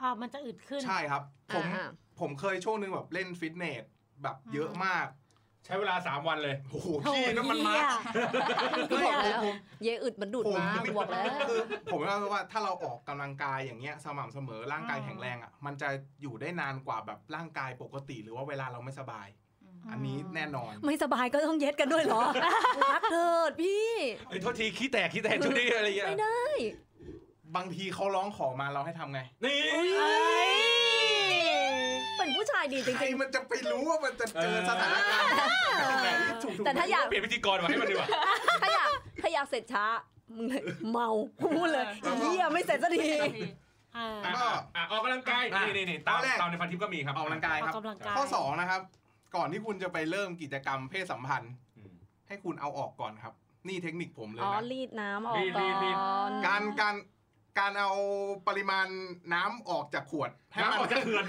S3: อ่ามันจะอึดขึ้น
S5: ใช่ครับ ผม
S2: อ่า
S5: ผมเคยช่วงหนึ่งแบบเล่นฟิตเนสแบบเยอะมาก
S1: ใช้เวลาสามวันเลย
S5: โอ้โหพี่นั่นมันมา
S2: กูบอกแล้วเยอึดมันดูดมากูบอกแล้ว
S5: คือผมว่าว่าถ้าเราออกกำลังกายอย่างเงี้ยสม่ำเสมอร่างกายแข็งแรงอ่ะมันจะอยู่ได้นานกว่าแบบร่างกายปกติ หรือว่าเวลาเราไม่สบาย
S3: อืม
S5: อันนี้แน่นอน
S2: ไม่สบายก็ต้องเย็ดกันด้วยเหรอ พักเถิดพี่
S1: ไอ้ยโทษทีขี้แตกขี้แตกช่วงนี้อะไรอย่างเงี้ย
S2: ไม่ได้
S5: บางทีเขาร้องขอมาเราให้ทำไง
S1: นี่
S2: อุ๊ย
S3: เอ้ย
S2: เป็นผู้ชายดีจ
S5: ใคร
S2: ริง
S5: มันจะไปรู้ว่ามันจะเจอสถานการณ์แบบไหนถูก
S2: ๆ แต่ถ้าอยาก
S1: เปลี่ยนพิธีกรมาให้มันดีกว่า
S2: ถ้าอยากถ้าอยากเสร็จช้า มึงเลยเมาพูดเลยเยี่ยไม่เสร็จสักที
S3: เออ
S1: อ่ะอ่ะออกกำลังกาย นี่นี่นี่ตามตามในพันทิปก็มีครับ
S5: ออกกำลังกาย
S3: ออ
S5: ค
S3: ก
S5: รับ
S3: กำลังกาย
S5: ข้อสองนะครับ ก่อนที่คุณจะไปเริ่มกิจกรรมเพศสัมพันธ์
S1: อืม
S5: ให้คุณเอาออกก่อนครับ นี่เทคนิคผมเลย
S2: อ๋อ
S5: นะ
S2: รีดน้ำออก
S1: รีด
S2: ก่
S1: รี
S2: อ
S1: ดรีด
S2: น
S5: การการการเอาปริมาณน้ำออกจากขวดให้มั
S1: น้ำ
S5: น
S1: ออกจากเขื่อน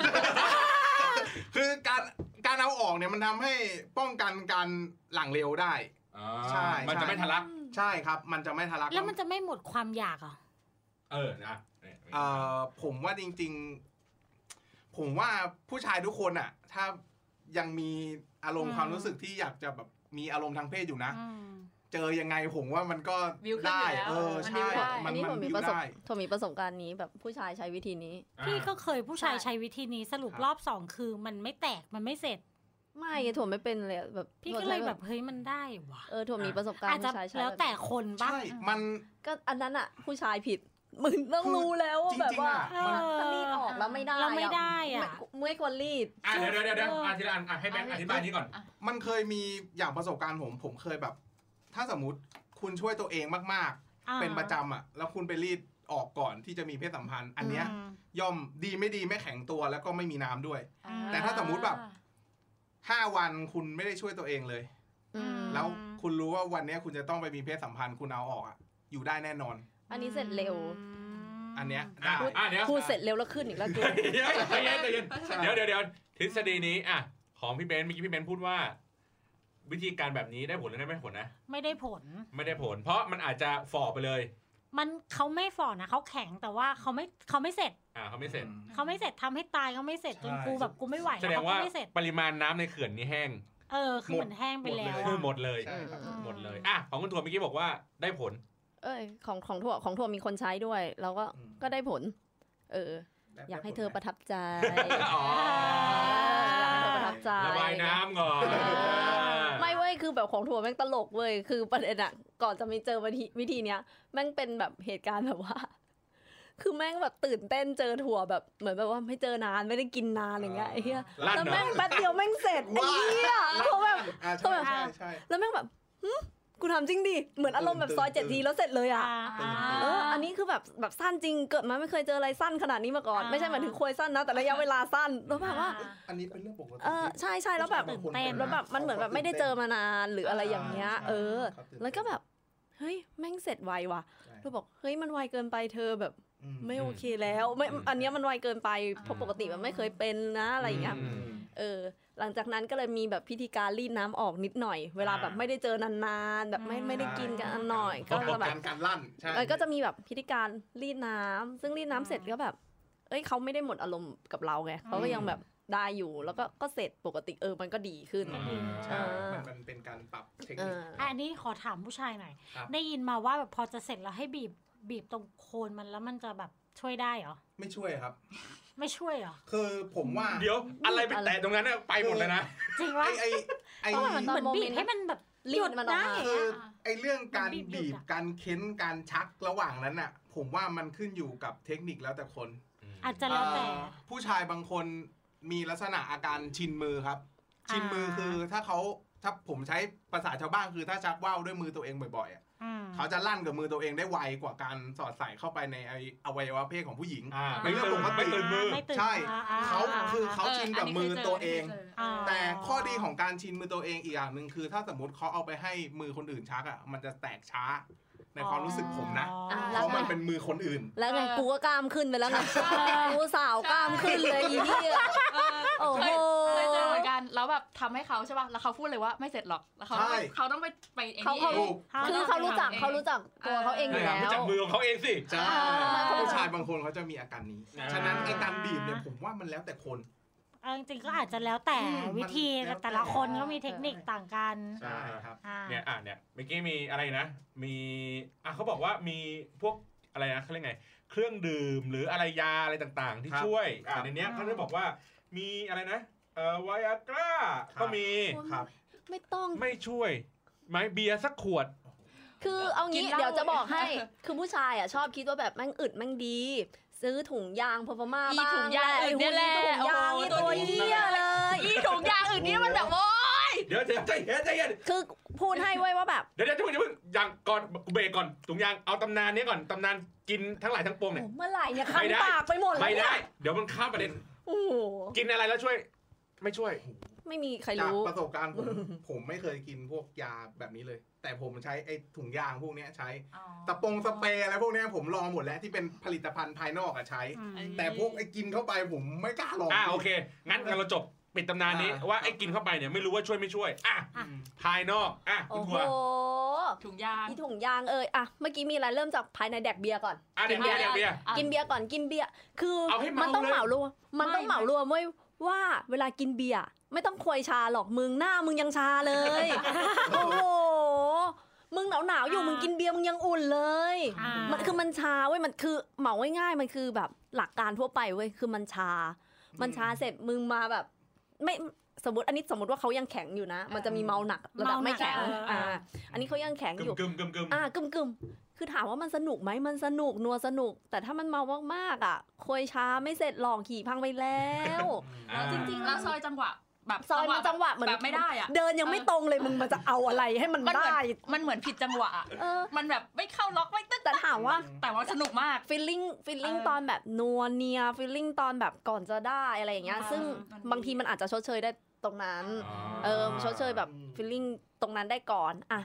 S5: คือการการเอาออกเนี่ยมันทำให้ป้องกันการหลังเร็วได้ ใช่
S1: มันจะไม่ทะลัก
S5: ใช่ครับ มันจะไม่ทะลัก
S3: แล้วมันจะไม่หมดความอยากเหรอ่ะ
S1: เออ นะนี่
S5: เอ่อผมว่าจริง ๆ ผมว่าผู้ชายทุกคนอ่ะ ถ้ายังมีอารม
S3: อื
S5: ณ์
S3: ม
S5: ความรู้สึกที่อยากจะแบบมีอารมณ์ทางเพศอยู่นะ เจอยังไงผมว่ามันก็
S4: วิวขึ้น
S5: ได้
S4: อยู่แล้ว
S5: เออ
S4: มัน
S5: ใช่
S4: วิวได้
S5: มั
S2: อัน
S5: น
S2: นี้
S5: มั
S2: ผ
S5: น
S2: มมี
S5: วิว
S2: ประสบ
S5: ได้
S2: ผมมีประสบการณ์นี้แบบผู้ชายใช้วิธีนี้
S3: พี่ก็เคยผู้ชาย
S2: ใช่
S3: ใช้วิธีนี้สรุปรอบสองคือมันไม่แตกมันไม่เสร็จ
S2: ไม่ถั่วไม่เป็นเลยแบบ
S3: พี่ก็เลยแบบเฮ้ยมันได้วะ
S2: เออถั่วมีประสบการณ์
S3: อาจจะ
S2: ผู้ชายใช้บบ
S3: แล้วแต่คนปะ
S5: ใช่ มัน
S2: ก็อันนั้นอ่ะ ผู้ชายผิดมึงต้องรู้แล้วว่า
S5: จ
S2: แบบ
S5: ริงๆ
S2: ว่า
S3: เอ
S5: อ่ะมัน
S2: ถ้ารีดออกแล้วไม่ได้
S3: เราไม่
S2: อะ
S3: ได้
S2: ไม่
S3: อ่ะ
S2: ไม่ควรรีด
S1: อ่ะเดี๋ยวเดี๋ยวเดี๋ยวเดี๋ยวอ่ะทีละอันอ่ะให้แบงค์อธิบายนี้ก่อน
S5: มันเคยมีอย่างประสบการณ์ผม ผมเคยแบบ ถ้าสมมติคุณช่วยตัวเองมาก ๆ เป็นประจำอ่ะ แล้วคุณไปรีดออกก่อนที่จะมีเพศสัมพันธ์ อันเนี้ยย่อมดีไม่ดีไม่แข็งตัวแล้วก็ไม่มีน้ำด้วย
S4: อ่
S5: แต่ถ้าสมมุติแบบ 5 วันคุณไม่ได้ช่วยตัวเองเลย
S2: อืม
S5: แล้ว คุณรู้ว่าวันเนี้ยคุณจะต้องไปมีเพศสัมพันธ์คุณเอาออกอะอยู่ได้แน่นอน
S2: อันนี้เสร็จเร็ว
S5: อันเนี้ย
S1: อ่ะ
S5: ได้
S1: อ่ะเดี๋ยว
S2: พูดเสร็จเร็วแล้วขึ้นอีกแล้วกู
S1: เดี๋ยวใจเย็นใจเย็น
S5: ใช่
S1: เดี๋ยวเดี๋ยวเดี๋ยวทฤษฎีนี้อ่ะของพี่เบนซ์เมื่อกี้พี่เบนซ์พูดว่า วิธีการแบบนี้ได้ผลหรือไม่ได้ผลนะ
S3: ไม่ได้ผล
S1: ไม่ได้ผล เพราะมันอาจจะฝ่อไปเลย
S3: มันเขาไม่ฝ่อนะเขาแข็งแต่ว่าเขาไม่เขาไม่เสร็จ
S1: อ่าเขาไม่เสร็จ
S5: อืม
S3: เขาไม่เสร็จทำให้ตายเขาไม่เสร็จจน
S5: ใช่
S3: กูแบบกูไม่ไหว
S1: แสดง
S3: เขา
S1: ว่า
S3: ก็ไม่เสร็จ
S1: ปริมาณน้ำในเขื่อนนี่แห้ง
S3: เออคือเหมือนแห้งไปแล้ว
S5: หมด
S1: คื
S3: อะ
S1: อหมดเลย
S5: ใช่ครับ
S2: อืม
S1: หมดเลยอ่ะของคุณถั่วเมื่อกี้บอกว่าได้ผล
S2: เอ้ยของของถั่วของถั่วมีคนใช้ด้วย แล้วก็
S5: อืม
S2: ก็ได้ผล เออ
S5: ได้
S2: อยากให้
S5: ผล
S2: เธอ
S5: ไม
S2: ประทับ ใจ
S1: อ๋อ
S2: เอออยากให้เธอประทับใจ
S1: ระบายน้ำก่อน
S2: เอ
S5: อ
S2: ไม่เว้ยคือแบบของถั่วแม่งตลกเว้ยคือประเด็นอะก่อนจะมีเจอวิธีวิธีเนี้ยแม่งเป็นแบบเหตุการณ์แบบว่า คือแม่งแบบตื่นเต้นเจอถั่วแบบเหมือนแบบว่าไม่เจอนานไม่ได้กินนานอะไรเงี้ยไอ้เหี้ย
S1: ลั่น
S2: แล้ว
S1: เน
S2: แม่
S1: อะ
S2: งแป๊บเดียวแม่งเสร็จไอ้
S5: ว้า
S2: เหี้ยเพราะแบบ
S5: อ่า
S2: เขา
S5: ใช่
S2: แบบ
S5: ใช่ใช่
S2: แล้วแม่งแบบหึกูทำจริงดิเหมือนอารมณ์แบบซอย
S5: ตื่
S2: เจ็ด
S5: นๆ
S2: ทีแล้วเสร็จเลยอะ
S5: อ่า
S2: เออ อันนี้คือแบบแบบสั้นจริง เกิดมาไม่เคยเจออะไรสั้นขนาดนี้มาก่อน
S3: อ่า
S2: ไม่ใช่หมายถึงควยสั้นนะ แต่ระยะเวลาสั้น แล้วแบบว่า
S5: อันนี้เป็นเรื่องปกติ
S2: เออ ใช่ใช่แล้วแบบ
S5: ผู้ชายางค
S3: เต้น
S2: แล้วแบบ มันเหมือนแบบไม่ได้เจอมานานหรืออะไรอย่างเงี้ย เออ
S5: เขาตื่น
S2: แล้วก็แบบ เฮ้ย แม่งเสร็จไวว่ะ
S5: ใช่
S2: เราบอก เฮ้ย มันไวเกินไปเธอแบบ
S5: อืม
S2: ไม่โอเคแล้ว ไม่
S5: อืม
S2: อันเนี้ยมันไวเกินไป เพราะปกติมันไม่เคยเป็นนะอะไรอย่างเงี้ย
S1: ม
S5: ม
S2: เออ หลังจากนั้นก็เลยมีแบบพิธีการรีดน้ำออกนิดหน่อย เวลาแบบ
S1: อ่า
S2: ไม่ได้เจอนานๆ แบบไม่ไม่ได้กินกันห น่อย ก็
S5: ก็
S2: จะ
S5: แบ
S2: แบบ บ
S5: การลั่นใช่
S2: มันก็จะมีแบบพิธีการรีดน้ำซึ่งรีดน้ำเสร็จก็แบบ เอ้ยเขาไม่ได้หมดอารมณ์กับเราไงเขาก็ยังแบบได้อยู่แล้วก็ก็เสร็จปกติเออมันก็ดีขึ้น
S5: อืมใช่มันมันเป็นการปรับเทค
S2: เอ
S5: นิค
S2: อ
S3: อ่ะอันนี้ขอถามผู้ชายหน่อย
S5: ครับ
S3: ได้ยินมาว่าแบบพอจะเสร็จแล้วให้บีบบีบตรงโคนมันแล้วมันจะแบบช่วยได้เหรอ
S5: ไม่ช่วยครับ
S3: ไม่ช่วยเหรอ
S5: คือผมว่า
S1: เดี๋ยวอะไรไปแตะตรงนั้นน่ะไปหมดเลยนะ
S3: จริง
S5: ไอ
S3: วะ
S5: ไอไอ
S2: เพราะว่ามัน
S3: เห
S2: ต้ง
S3: มือนบีบให้มันแบบ
S2: รี
S3: หยุ
S2: ด
S3: ด
S2: มันออก
S3: ได้
S2: มา
S3: อะ
S5: คือไอเรื่องการ
S3: มันบี
S5: บี
S3: บบ อยู่อะ
S5: การเค้นการชักระหว่างนั้นน่ะ ผมว่ามันขึ้นอยู่กับเทคนิคแล้วแต่คน
S3: อาจจะแล้วแต่
S5: เอ่อผู้ชายบางคนมีลักษณะอาการชินมือครับ ชินมือคือถ้าเขาถ้าผมใช้ภาษาชาวบ้านคือถ้าชักว่าวด้วยมือตัวเองบ่อยๆอะ
S3: อืม
S5: เขาจะลั่นกับมือตัวเองได้ไวกว่าการสอดใส่เข้าไปในไอ้อวัยวะเพศของผู้หญิง
S1: อ่า
S5: เป็นเรื่องปกติ
S1: ไม่ตื่นมือ
S3: ไม่ตื่น
S5: ใช่
S3: อ่อ่อ่
S5: เขา
S3: อ่
S5: คือเขา
S4: เ
S5: ชินกั
S4: น
S5: บ
S4: นี้
S5: มื
S4: ค
S5: อ
S4: ยจ
S5: ตัวเอง
S4: คยจ
S3: อ่า
S5: แต่ข้อดีของการชินมือตัวเองอีกอย่างหนึ่งคือ ถ้าสมมติเขาเอาไปให้มือคนอื่นชักอ่ะมันจะแตกช้า ในความรู้สึกผมนะ
S3: อ๋อ
S5: เพราะมันเป็นมือคนอื่น
S2: แล้วไงกูก็กล้ามขึ้นไปแล้วไงกูสาวกล้ามขึ้นเลยอีนี่
S4: เออ
S2: โอ้
S4: เค
S2: โห
S4: ยเคยเจอเหมือนกันแล้วแบบทำให้เขาใช่ป่ะแล้วเขาพูดเลยว่าไม่เสร็จหรอกแล้วเขาต้องไป
S5: ใช่
S4: เขาต้องไปไปไอ้
S2: เขา
S4: นี่
S2: เขา
S4: เอง
S5: ถูก
S2: คือเขารู้จักเขารู้จักตัวเขาเองอยู่แล้
S1: ไม่จับ
S2: ว
S1: มือของเขาเองสิ
S5: ใช่
S2: อ่า
S5: ผู้ชายบางคนเขาจะมีอาการนี้
S1: อ่า
S5: ฉะนั้นไอ้การบีบเนี่ยผมว่ามันแล้วแต่คน
S3: เอาจริงๆก็อาจจะแล้วแต่
S5: อืม
S3: วิธี
S5: มันแล้วแต่
S3: แต่ละคนก็มีเทคนิคต่างกัน
S1: ใช่
S5: ครับ
S3: อ่า
S1: เนี่ยอ่ะเนี่ยเมื่อกี้มีอะไรนะ มีอ่ะเขาบอกว่ามีพวกอะไรนะเขาเรียกไง เครื่องดื่มหรืออะไรยาอะไรต่างๆ ที่
S5: ครับ
S1: ช่วยอ่ะ
S5: ครับ
S1: ในเนี้ยเขาจะบอกว่ามีอะไรนะเอ่อไวอากรา
S5: ครับ
S1: ก็มี
S5: ครับ
S2: ไม่ต้อง
S1: ไม่ช่วยไหมเบียร์สักขวด
S2: คือเอา
S4: กิ
S2: งี้
S4: นเหล้า
S2: เดี๋ยวจะบอกให้ คือผู้ชายอ่ะชอบคิดว่าแบบแม่งอึดแม่งดี ซื้อถุงยางพอพม่า
S4: อี
S2: บ้าง
S4: ถุงยางอื่นเนี่ยแหละ
S2: ไอ้ถุงยาง
S4: โอ้โห
S2: นี่ตัวเหี้ยเลย
S4: อีถุงยางอื่นนี่มันแบบโอ้ย
S1: เดี๋ยวเดี๋ยวใจเย็นใจเย็น
S2: คือพูดให้ไว้ยว่าแบบ
S1: เดี๋ยวเดี๋ยวจะเพิ่งจะเพิ่งอย่างก่อนเบรกก่อนถุงยางเอาตำนานนี้ก่อนตำนานกินทั้งหลายทั้งปวงเนี่ย
S2: โอ้เมื่อไหร่เนี่ย
S1: ไม่ได้
S2: คำปากไปหมดแล้ว
S1: ไม่
S2: เนี่
S1: ได้
S2: ย
S1: เดี๋ยวมันข้ามประเด็น
S2: โอ้โห
S1: กินอะไรแล้วช่วย ไม่ช่วย
S2: ไม่มีใคร
S5: จาก
S2: รู้
S5: ประสบการณ์ผม ผมไม่เคยกินพวกยาแบบนี้เลย แต่ผมใช้ไอ้ถุงยางพวกเนี้ยใช้ ตะปงสเปรย์อะไรพวกเนี้ยผมลองหมดแล้วที่เป็นผลิตภัณฑ์ภายนอกอะใช้
S3: อืม
S5: แต่พวกไอ้กินเข้าไปผมไม่กล้าลอง
S1: อ่าโอเค งั้นงั้นเราจบปิดตำนานนี้
S5: อ่า
S1: ว่าไอ้กินเข้าไปเนี่ยไม่รู้ว่าช่วยไม่ช่วยอ่ะ
S5: อืม
S1: ภายนอกอ่ะคุ
S2: โอ้
S1: ณ
S2: โห
S1: ทัว
S4: ถุงยาง
S2: อีถุงยางเอ่ยอะเมื่อกี้มีอะไรเริ่มจากภายในแดกเบียร์ก่อน
S1: อ่ะเดี๋ยว
S4: กิ
S1: เบีย
S4: น
S1: ร์
S4: เบี
S1: เดี๋ย
S4: ยร์
S1: วเบียร์
S2: กินเบียร์ก่อนกินเบียร์คือ
S1: เอาให้เมามั
S2: มันต้อง
S1: เลย
S2: เหมารวมมันต้อง
S4: ไม่
S2: เหมารวมเว้ยว่าเวลากินเบียร์ไม่ต้องควยชาหรอกมึงหน้ามึงยังชาเลย โอ้โหมึงหนาวหนาวๆอยู่มึงกินเบียร์มึงยังอุ่นเลย
S3: อ่า
S2: มันคือมันชาเว้ยมันคือเหมาง่ายๆมันคือแบบหลักการทั่วไปเว้ยคือมันชา มันชาเสร็จมึงมาแบบ ไม่สมมติอันนี้สมมติว่าเขายังแข็งอยู่นะ มันจะมีเมาหนักระดับไม่แข็ง
S3: เาหนัก
S2: อ่าอันนี้เขายังแข็ง
S1: กึ
S2: อ
S1: ม
S2: ยู่
S1: กึมกึมกึม
S2: อ่ากึมกึมๆคือถามว่ามันสนุกไหมมันสนุกนัวสนุก แต่ถ้ามันเมามากๆอ่ะคุยช้าไม่เสร็จหลอกขี่พังไปแล้ว
S1: อ่า
S4: จริงๆแล้วซอยจังหวะ แบบ
S2: ซอยมันจังหวะเหมือน
S4: แบบไม่ได้อะ
S2: เดินยังไม่ตรงเลยมึงมันจะเอาอะไรให้มัน
S4: มันเหมือ
S2: ได้
S4: นมันเหมือนผิดจังหวะอะ
S2: เออ
S4: มันแบบไม่เข้าล็อกไม่ตึ๊ก
S2: แต่ถามว่า
S4: แต่ว่าสนุกมาก
S2: ฟีลลิ่งฟีลลิ่ง
S4: เออ
S2: ตอนแบบนัวเนียฟีลลิ่งตอนแบบก่อนจะได้อะไรอย่างเงี้ย
S4: อ่า
S2: ซึ่ง
S4: มัน
S2: บางทีมันอาจจะชดเชยได้ ตรงนั้น
S1: อ๋อ
S2: เออชดเชยแบบฟีลลิ่งตรงนั้นได้ก่อนอ่ะ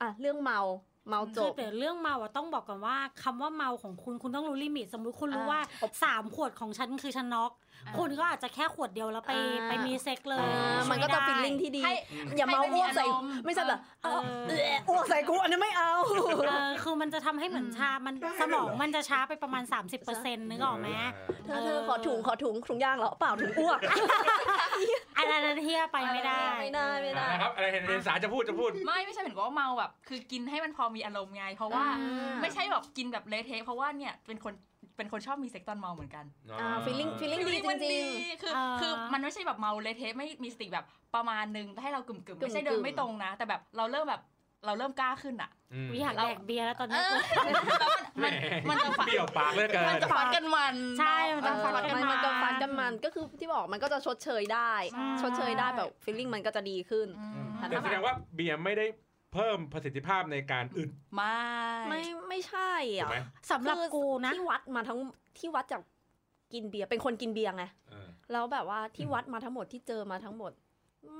S2: อ่ะเรื่องเมาเมาจ
S3: คือบ แต่เรื่องเมาอะต้องบอกก่อนว่าคำว่าเมาของคุณคุณต้องรู้ลิมิต สมมุติคุณรู้
S2: อ่า
S3: ว่าสามขวดของฉันคือฉันน็อก
S4: อ่า
S3: คุณก็อาจจะแค่ขวดเดียวแล้วไป
S2: อ่า
S3: ไปมีเซ็กเล
S2: เอยอ
S3: ใช้
S2: มันก็จะ
S3: ได้
S2: ฟีลลิ่งที่ดี
S4: ให้
S2: อย่าเมาอ้วกใส่
S4: ให้มันมีอารมณ์
S2: ไม่ใช่เหรอ
S3: เอ
S2: เอา
S3: อ
S2: เอ้ยอ้วกใส่กูอันนี้ไม่เอา
S3: เออคือมันจะทำให้เหมือน
S4: อืม
S3: ชามัน
S5: ได้ด้วยเหรอ
S3: สมองมันจะช้าไปประมาณ 30%นึกออกไหม
S2: เธอเธอขอถุงขอถุงถุงยางเหรอเปล่าถุงอ้วก
S3: อันนั้นเทียไปไม่ได้
S2: ไม่ได้ไม่ได้
S1: นะครับอะไรเห็นเห็นสารจะพูดจะพูด
S4: ไม่ไม่ใช่เหมือนกับว่าเมาแบบ คือกินให้มันพอมีอารมณ์ไง เพราะว่า
S2: อ่า
S4: ไม่ใช่แบบกินแบบเละเทะเพราะว่าเนี่ยเป็นคนเป็นคนชอบมีเซ็กตอนเมาเหมือนกัน
S2: อ่า feeling feeling ดี
S4: มัน
S2: จริ
S4: ดี
S2: ง
S4: คือ
S3: อ่า
S4: คือมันไม่ใช่แบบเมาเละเทะไม่มีสติแบบประมาณนึงให้เรากึ่มกึ่มๆไม่ใช่
S2: กึ่
S4: เดิน
S2: มๆ
S4: ไม่ตรงนะ แต่แบบเราเริ่มแบบเราเริ่มกล้าขึ้นอ่ะ
S3: อุ๊ยอยากแดกเบียร์แล้วตอนนี้กู
S4: แล้วมัน
S1: มั
S4: มัน นจะ ฟัด
S1: เปรี้ยวปากเหลือเกิ
S4: มัน
S1: น
S4: จะฟัดกันมัน
S3: ใช่มันจะฟัดกั
S2: เออมันก็ฟันกันมันก็คือที่บอกมันก็จะชดเชยได้
S3: ใช่
S2: ชดเชยได้แบบฟีลลิ่งมันก็จะดีขึ้น
S4: อืม
S2: แต่
S1: แต่
S2: ถ้า
S1: แสดงว่าเบียร์ไม่ได้เพิ่มประสิทธิภาพในการอึด
S4: ไม่
S2: ไม่ไม่ใช่
S1: ถูก
S2: อ่ะ
S1: ไหม
S3: สำหรับ
S2: คือ
S3: กูนะ
S2: ที่วัดมาทั้งที่วัดจากกินเบียร์เป็นคนกินเบียร์ไง
S1: เออ
S2: แล้วแบบว่าที่วัดมาทั้งหมดที่เจอมาทั้งหมด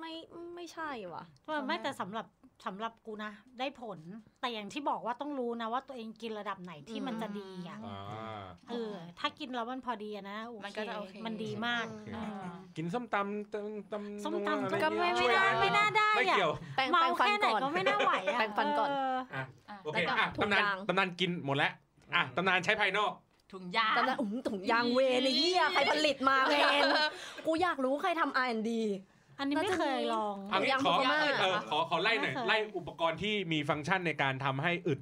S2: ไม่ไม่ใช่ว่ะ
S3: เออไม่แต่สำหรับสำหรับกูนะ ได้ผลแต่อย่างที่บอกว่าต้องรู้นะว่าตัวเองกินระดับไหนที่
S2: อืม
S3: มันจะดีอ่ะ
S1: อ่า
S3: เออ ถ้ากินแล้วมันพอดีอะนะโอ
S4: มัน
S3: เค
S4: ก็จะโอเค
S3: มันดีมาก
S1: โอเค
S4: อ่า
S1: กินส้มตำตำตำ
S3: ส้มตำ
S1: อะไร
S3: ก็
S1: อย่างเงี้ย
S3: ไม่
S1: ช่วยอะร
S3: ไม่ได้ไม่น่าได้
S1: ไม่
S3: อะ
S1: เกี่ยว
S2: แปรง
S3: เมา
S2: แปรงฟัน
S3: แค่ไหน
S2: ก่อน
S3: ก็ไม่น่าไหวอะ
S2: แปรงฟันก่อน
S3: เ
S1: อ่ะ
S4: อ่ะ
S1: โอเค
S2: แล้วก็
S1: อ่ะ
S2: ถุง
S1: ตำนาน
S2: ยาง
S1: ตำนานกินหมดแล้วอ่ะตำนานใช้ภายนอก
S4: ถุงยาง
S2: จำได้อุ้มถุงยางเวรไอ้เหี้ยใครผลิตมาเวรกูอยากรู้ใครทำ R&D
S3: อันนี้ไม่เคยลอง
S1: เอางี้
S2: ยัง
S1: ขอ
S2: พม่า
S1: เออขอขอไล่หน่อย
S3: ไม่เคย
S1: ไล่อุปกรณ์ที่มีฟังก์ชันในการทำให้อึด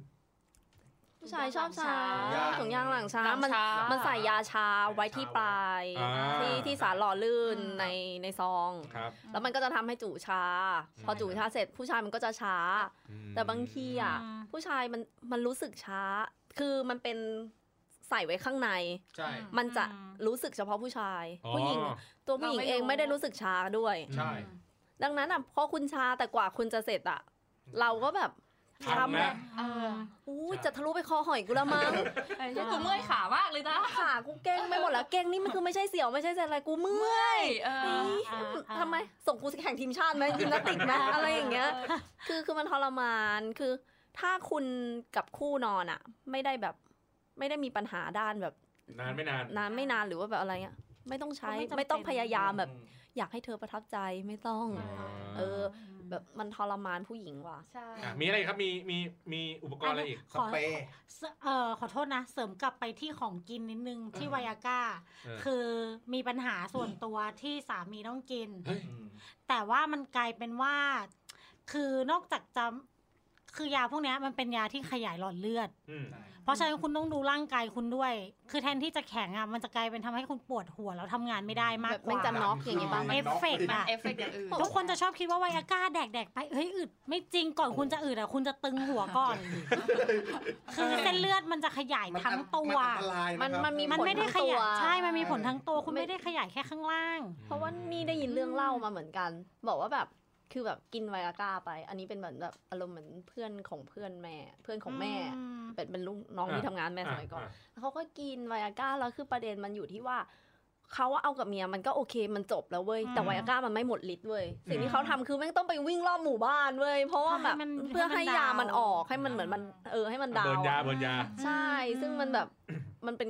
S2: ผู้ชายชอบช้า
S5: ถุงยาง
S2: ถุงยางหลังช้า
S4: หลัง
S2: มัน
S4: ช้ามั
S2: มันใส่ยาชาไว้ที่ปลาย
S1: อ่า
S2: ที่ที่สารหล่อลื่นในในซอง
S1: ครับ
S2: แล้วมันก็จะทำให้จู่ชา พอจู่ชาเสร็จผู้ชายมันก็จะช้า แต่บางทีอ่ะ
S3: อืม
S2: ผู้ชายมันมันรู้สึกช้า คือมันเป็นใส่ไว้ข้างใน
S5: ใช่
S2: มันจะรู้สึกเฉพาะผู้ชาย
S1: อ๋อ
S2: ผู้หญิงตัวผู้หญิงเองไม่ได้รู้สึกช้าด้วย
S5: ใช่
S2: ดังนั้นอ่ะพอคุณชาแต่กว่าคุณจะเสร็จอ่ะ เราก็แบบ
S1: ทำแล้ว
S4: เออ
S2: อู้
S5: ใช่
S2: จะทะลุไปคอหอยกูแล้วมั้ง
S4: เออเนี่ยกูเมื่อยขามากเลยนะ
S2: ขากูเก้งไปหมดแล้วเก้งนี่มันคือไม่ใช่เสียวไม่ใช่เสียอะไรกูเมื่อย
S4: เมื่อยเอ
S2: เอ้
S4: อย
S3: อ่าอ่า
S2: ทำไม ส่งกูแข่งทีมชาติไหมยิมนาสติกไหมอะไรอย่างเงี้ย คือคือมันทรมานคือ ถ้าคุณกับคู่นอนอ่ะ ไม่ได้แบบไม่ได้มีปัญหาด้านแบบ
S1: นานไม่นาน
S2: นานไม่นานหรือว่าแบบอะไรเงี้ยไม่ต้องใช้
S3: ก็ไม่
S2: ไม่
S3: จำเป็น
S2: ต้องพยายามแบบ อยากให้เธอประทับใจไม่ต้อง เออ แบบมันทรมานผู้หญิงว่ะ
S4: ใช่
S1: อ่ะมีอะไรอีกครับมีมีมีอุปกรณ์อะไรอีก
S5: สเปรย์
S3: เออขอโทษนะ เสริมกลับไปที่ของกินนิดนึงที่ไวอาก้า
S1: เออ
S3: คือมีปัญหาส่วนตัวที่สามีต้องกิน
S1: เฮ้ย
S5: อืม
S3: แต่ว่ามันกลายเป็นว่า คือนอกจากจะคือยาพวกเนี้ยมันเป็นยาที่ขยายหลอดเลือด
S1: อืม
S3: เพราะฉะนั้นคุณต้องดูร่างกายคุณด้วย คือแทนที่จะแข็งอ่ะมันจะกลายเป็นทำให้คุณปวดหัวแล้วทำงานไม่ได้มากก
S2: แบบแม่
S3: ว่าง
S2: จะน็อกอย่างงี้ปะ
S3: เอฟเฟกต์
S4: มัน
S3: อ่ะ
S4: เอฟเฟกต์อย่างอื่น
S3: ทุกคนจะชอบคิดว่าไวอาก้าแดกแดกๆไปเฮ้ยอึดไม่จริงก่อนคุณจะอึดอ่ะคุณจะตึงหัวก่อน คือเส้นเลือดมันจะขยาย
S5: มันอัน
S3: ทั้งตัว
S5: มันอันตรายะครับ
S2: มันมันมี
S3: มันไม่ได้ข
S2: ผ
S3: ยาย
S2: ลทั้งตัว
S3: ใช่มันมีผลทั้งตัวคุณไม่ได้ขยายแค่ข้างล่าง
S2: เพราะว่านี่ได้ยินเรื่องเล่ามาเหมือนกัน บอกว่าแบบคือแบบกินไวอาก้าไป อันนี้เป็นเหมือนแบบอารมณ์เหมือนเพื่อนของเพื่อนแม่ เพื่อนของแม่ เป็นเป็นลูกน้องที่ทำงานแม่สมัยก่อน เขาก็กินไวอาก้าแล้วคือประเด็นมันอยู่ที่ว่า เขาว่าเอากับเมียมันก็โอเคมันจบแล้วเว้ย แต่
S3: อืม
S2: ไวอาก้ามันไม่หมดฤทธิ์เว้ย สิ่งที่เขาทำคือแม่งต้องไปวิ่งรอบหมู่บ้านเว้ย เพราะว่าแบบ
S3: ให้มัน
S2: เพื่อให้
S3: ให้มัน
S2: ยา
S3: ดาว
S2: มันออกให้มันเหมือนมันเออให้มันดา
S1: เบิร์
S2: วย
S1: นา
S2: อะ
S1: เบิร์นยา
S2: ใช่ ซึ่งมันแบบ มันเป็น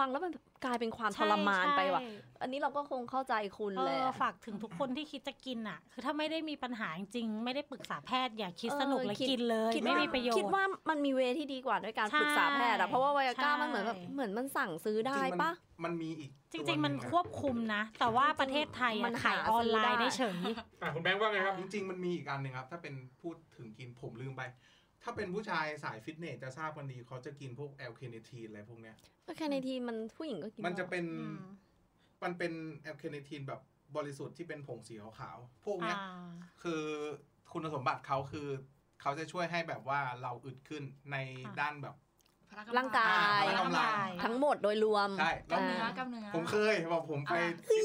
S2: ฟังแล้วมันกลายเป็นความท
S3: ใช่
S2: รมานไปว่ะ
S3: ใช่
S2: อันนี้เราก็คงเข้าใจคุณ
S3: เอ
S2: แหละ
S3: อฝากถึงทุกคนที่คิดจะกินอ่ะ คือถ้าไม่ได้มีปัญหาจริงๆไม่ได้ปรึกษาแพทย์อย่าคิดสนุก
S2: เออ
S3: เลย
S2: คิด
S3: กินเลย
S2: คิด
S3: ไม่
S2: ว่า
S3: มีประโยชน์
S2: คิดว่ามันมีเวที่ดีกว่าด้วยการ
S3: ใช่
S2: ปรึกษาแพทย์อะเพราะว่าไวอาก้า
S3: ใช่
S2: มันเหมือนแบบเหมือนมันสั่งซื้อได้
S5: จริงๆมัน
S2: ปะ
S5: มันมีอีก
S3: จริง ๆ มันค
S5: ตัวห
S3: วบคุมนะ แต่ว่าประเทศไทย
S2: มั
S3: อะ
S2: นหา
S3: ขายออนไล
S2: ซื้
S3: น์
S2: อได้
S3: ได้เฉย
S1: อ่ะคุณแบงค์ว่าไงครับ
S5: อะจริง ๆ มันมีอีกอันหนึ่งครับ ถ้าเป็นพูดถึงกินผมลืมไป ถ้าเป็นผู้ชายสายฟิตเนสจะทราบกันดีเขาจะกินพวกแอลเคเนทีนอะไรพวกเนี้ย
S2: ก็แค่ในทีมันผู้หญิงก็กิน
S5: มันจะเป็น
S3: อืม
S5: มันเป็นแอลเคเนทีนแบบบริสุทธิ์ที่เป็นผงสีขาวๆพวกเนี้ย
S3: อ่า
S5: คือคุณสมบัติเขาคือ เขาจะช่วยให้แบบว่าเราอึดขึ้นในด้านแบบ
S2: ร่างกาย
S5: อ่า
S3: ทำลาย
S2: ทั้งหมดโดยรวม
S5: ใช่
S4: ก
S5: แล้
S4: ล้าว มเนื้อกล้ามเนื้อ
S5: ผมเคยแบบผมไป
S4: อ่า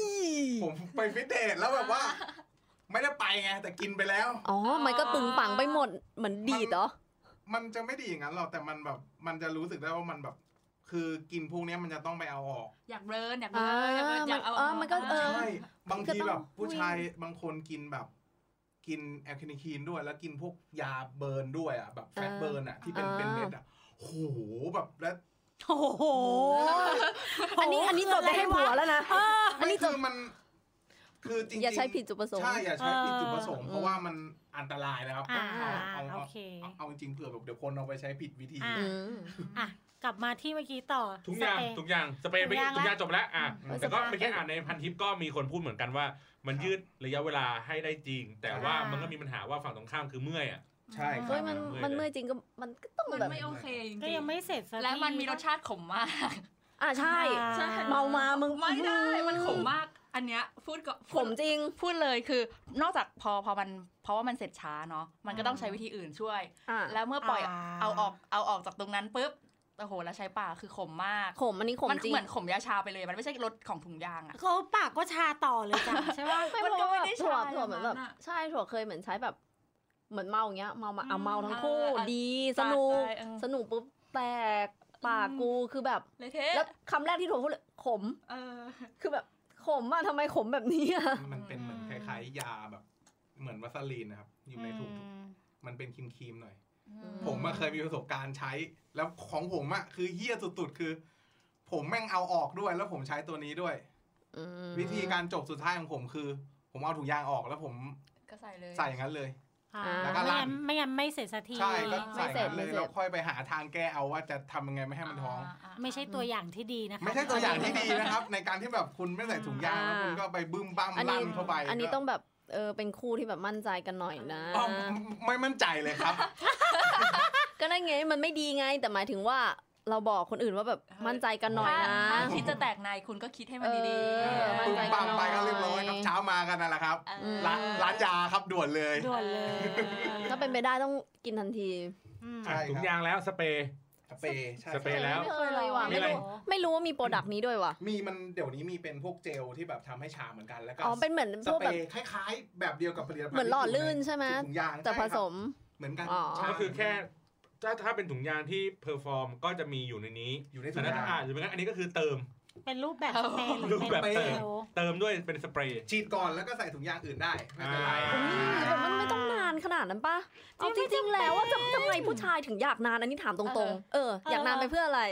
S5: ผมไปฟิตเนสแล้วแบบว่า ไม่ได้ไปไงแต่กินไปแล้ว
S2: อ๋อ มันก็ปึงปังไปหมด เหมือนดีดเหรอ
S5: มันจะไม่ดีอย่างนั้นหรอกแต่มันแบบ มันจะรู้สึกได้ว่ามันแบบ คือกินพวกเนี้ยมันจะต้องไปเอาออก
S4: อยากเบิร์นอยากเบิร์นอยากเบิร์นอยากเอา
S2: อ่ามันก็เออ
S5: ใช่ บางที
S2: ก็ต้อง
S5: แบบผู้
S2: วิ่ง
S5: ชายบางคนกินแบบ กินแอลคาเนคีนด้วย แล้วกินพวกยาเบิร์นด้วยอ่ะแบบแฟตเบิร์นอ่ะที่เป็น
S2: อ่า
S5: เป็นเม็ดอ่ะโหแบบแล้ว
S3: โอ้โห
S2: อันนี้อันนี้จดไปให้ผัวแล้วนะ อัน
S5: ไม่
S2: นี้จ
S5: คื
S2: ด
S5: อมัน คือจริงๆ
S2: อย่าใช้ผิดจุดประสงค์
S5: ใช่อย่าใช้ผิดจุดประสงค์
S2: เออ
S5: เพราะว่ามันอันตรายนะครับ
S3: อ่า
S5: เอา
S3: โอ
S5: เอาเอา
S3: เค
S5: เอาเอาจริงๆเผื่อแบบเดี๋ยวคนเอาไปใช้ผิดวิธี
S3: อ่า
S2: อืม
S3: อ่ะกลับมาที่เมื่อกี้ต่อ
S1: ทุกอย่าง
S3: สเปร
S1: ทุกอย่างสเปนไป
S3: ทุกอย่าง
S1: ทุกอ
S3: ละ
S1: ย่างจบแล้วอ่ะ
S5: อืม
S1: แต่ก็
S2: สบาย
S1: เมื่อกี้อ่านในพันทิปก็มีคนพูดเหมือนกันว่า มันยืดระยะเวลาให้ได้จริง แต่ว่า
S3: อ่ามั
S1: มันก็มีปัญหาว่าฝั่งตรงข้ามคือเมื่อยอ่ะ
S5: ใช่ค
S2: เฮ้
S5: รั
S2: ย
S5: บ
S2: มัน
S1: เมื่อยเลย
S2: มันเมื่อยจริงก็มันก็ต้อง
S4: มัน
S2: แบบ
S4: ไม่โอเคจริงๆ
S3: ก็ยังไม่เสร็จสักที
S4: และมันมีรสชาติขมมาก
S2: อ่าใช่
S4: ใช่
S2: เมามามึง
S4: ไม่ได้มันขม
S2: มาก
S4: มาก อันเนี้ยพูดก็
S2: ขมจริง
S4: พูดเลยคือนอกจากพอพอมันเพราะว่ามันเสร็จช้าเนาะมันก็ต้องใช้วิธีอื่นช่วย
S2: อ่ะ
S4: แล้วเมื่อปล่อย
S3: อ่า
S4: เอาออกเอาออกจากตรงนั้นปุ๊บโอ้โหแล้วใช้ปากคือขมมาก
S2: ขมอันนี้ขม
S4: มัน
S2: จริง
S4: เหมือนขมยาชาไปเลย มันไม่ใช่รสของถุงยางอะ
S3: เขาปากก็ชาต่อเลยจ้ะใช่ป่ะ
S4: ไม่มันก็ไม่ได้ใช้
S2: ถั่วถั่วเหมือนแบบ
S4: มันอะ
S2: ใช่ถั่วเคยเหมือนใช้แบบเหมือนเมาอย่างเงี้ยเมามา
S4: อืม
S2: เอาเมาทั้ง
S4: เออ
S2: คู่
S4: เออ
S2: ดีส
S4: ปาด
S2: นุก
S4: ไปเออ
S2: สนุกปุ๊บแตกปาก
S4: อืม
S2: กูคือแบบ
S4: เลยเทะ
S2: แล้วคำแรกที่ถั่วพูดเลยขม
S4: เออ
S2: คือแบบขมอ่ะทำไมขมแบบนี้อ่ะ
S5: มันเป็นเหมือนคล้ายๆยาแบบ เหมือนวัสลีนนะครับ อยู่ในถุงมันเป็นครีมๆหน่อย
S2: อืม
S5: ผมอะเคยมีประสบการณ์ใช้ แล้วของผมอะคือเฮี้ยสุดๆ คือ ผมแม่งเอาออกด้วย แล้วผมใช้ตัวนี้ด้วย
S2: อืม
S5: วิธีการจบสุดท้ายของผมคือ ผมเอาถุงยางออกแล้วผม
S4: ก็ใส่เลย
S5: ใส่อย่างนั้นเลย
S3: อ่า
S5: แล้วก็ลั่น
S3: ไม่งั้นไม่เสร็จสักที
S5: ใช่ก็ใส่อย่างนั้นเลยแล้วค่อยไปหาทางแก้เอาว่าจะทำยังไงไม่ให้มันท้อง
S3: ไม่ใช่ตัวอย่างที่ดีนะคะ
S5: ไม่ใช่ตัวอย่างที่ดีนะครับ ในการที่แบบคุณไม่ใส่ถุงยางแล้วคุณก็ไปบึ้มบ้าม
S2: อัน
S5: ลั่
S2: นี้
S5: นเข้าไป
S2: อันนี้
S5: ก็
S2: ต้องแบบเออเป็นคู่ที่แบบมั่นใจกันหน่อยนะ
S5: อ๋อไม่มั่นใจเลยครับ
S2: ก็นั่นไงมันไม่ดีไงแต่หมายถึงว่าเราบอกคนอื่นว่าแบบ
S4: เออ
S2: มั่นใจกันหน่อยนะ
S4: ถ้าคิดจะแตกในคุณก็คิดให้มันดี
S2: เออ
S4: ๆ
S5: ปึ้ม
S2: นใจ
S5: ปัง
S2: นหน่
S5: ไป
S2: อย
S5: ก็เรียบร้อยครับเช้ามากันนั่นแหละครับ
S4: เออ
S2: ม
S5: ร้านร้านยาครับด่วนเลย
S3: ด่วนเลย
S2: ถ้าเป็นไปได้ต้องกินทันที
S3: อืม
S5: ใช่ครับ
S1: ถุงยางแล้วสเปรย์
S5: สเปรย์ใช่
S1: สเปรย์แล้ว
S2: ไม่เคยเลยว่ะ
S1: มี
S2: ไม่
S1: อะไร
S2: รู้ไม่รู้ว่ามีโปรดักต์นี้ด้วยว่ะ
S5: มีมันเดี๋ยวนี้มีเป็นพวกเจลที่แบบทำให้ชาเหมือนกันแล้วก็
S2: อ๋อเป็นเหมือน
S5: ส
S2: พวก
S5: เปร
S2: แบบ
S5: ย์คล้ายๆ แบบเดียวกับผลิตภัณฑ์
S2: เหมือนหล่อลื่น
S5: ที่ยู่
S2: ใช่ไหม
S5: ถุงยาง
S2: แต่
S5: ใช่
S2: ผ
S5: ครับ
S2: สม
S5: เหมือนกัน
S2: อ๋อ
S5: ใช่
S1: ก็คือแค่ถ้าถ้าเป็นถุงยางที่เพอร์ฟอร์มก็จะมีอยู่ในนี้
S5: อยู่ในถุ
S1: แต่ถ้าย
S5: งาง
S1: อ่านอยู่เป็นงั้นอันนี้ก็คือเติม
S3: เป็นรูปแบบสเปนห
S1: รู
S3: รือ
S1: ป
S3: เป็น
S1: แบบ
S3: เป
S1: เติม
S3: โล
S1: เติมด้วยเป็นสเปรย์
S5: ฉีดก่อนแล้วก็ใส่ถุงยางอื่นได้ไม่เป็นไร
S1: อ่า
S2: แต่มันไม่ต้องนานขนาดนั้นปะเอาจริงๆแล้วว่าจะทำไมผู้ชายถึงอยากนานอันนี้ถามตรงๆ เออ อยากนานไปเพื่ออะไร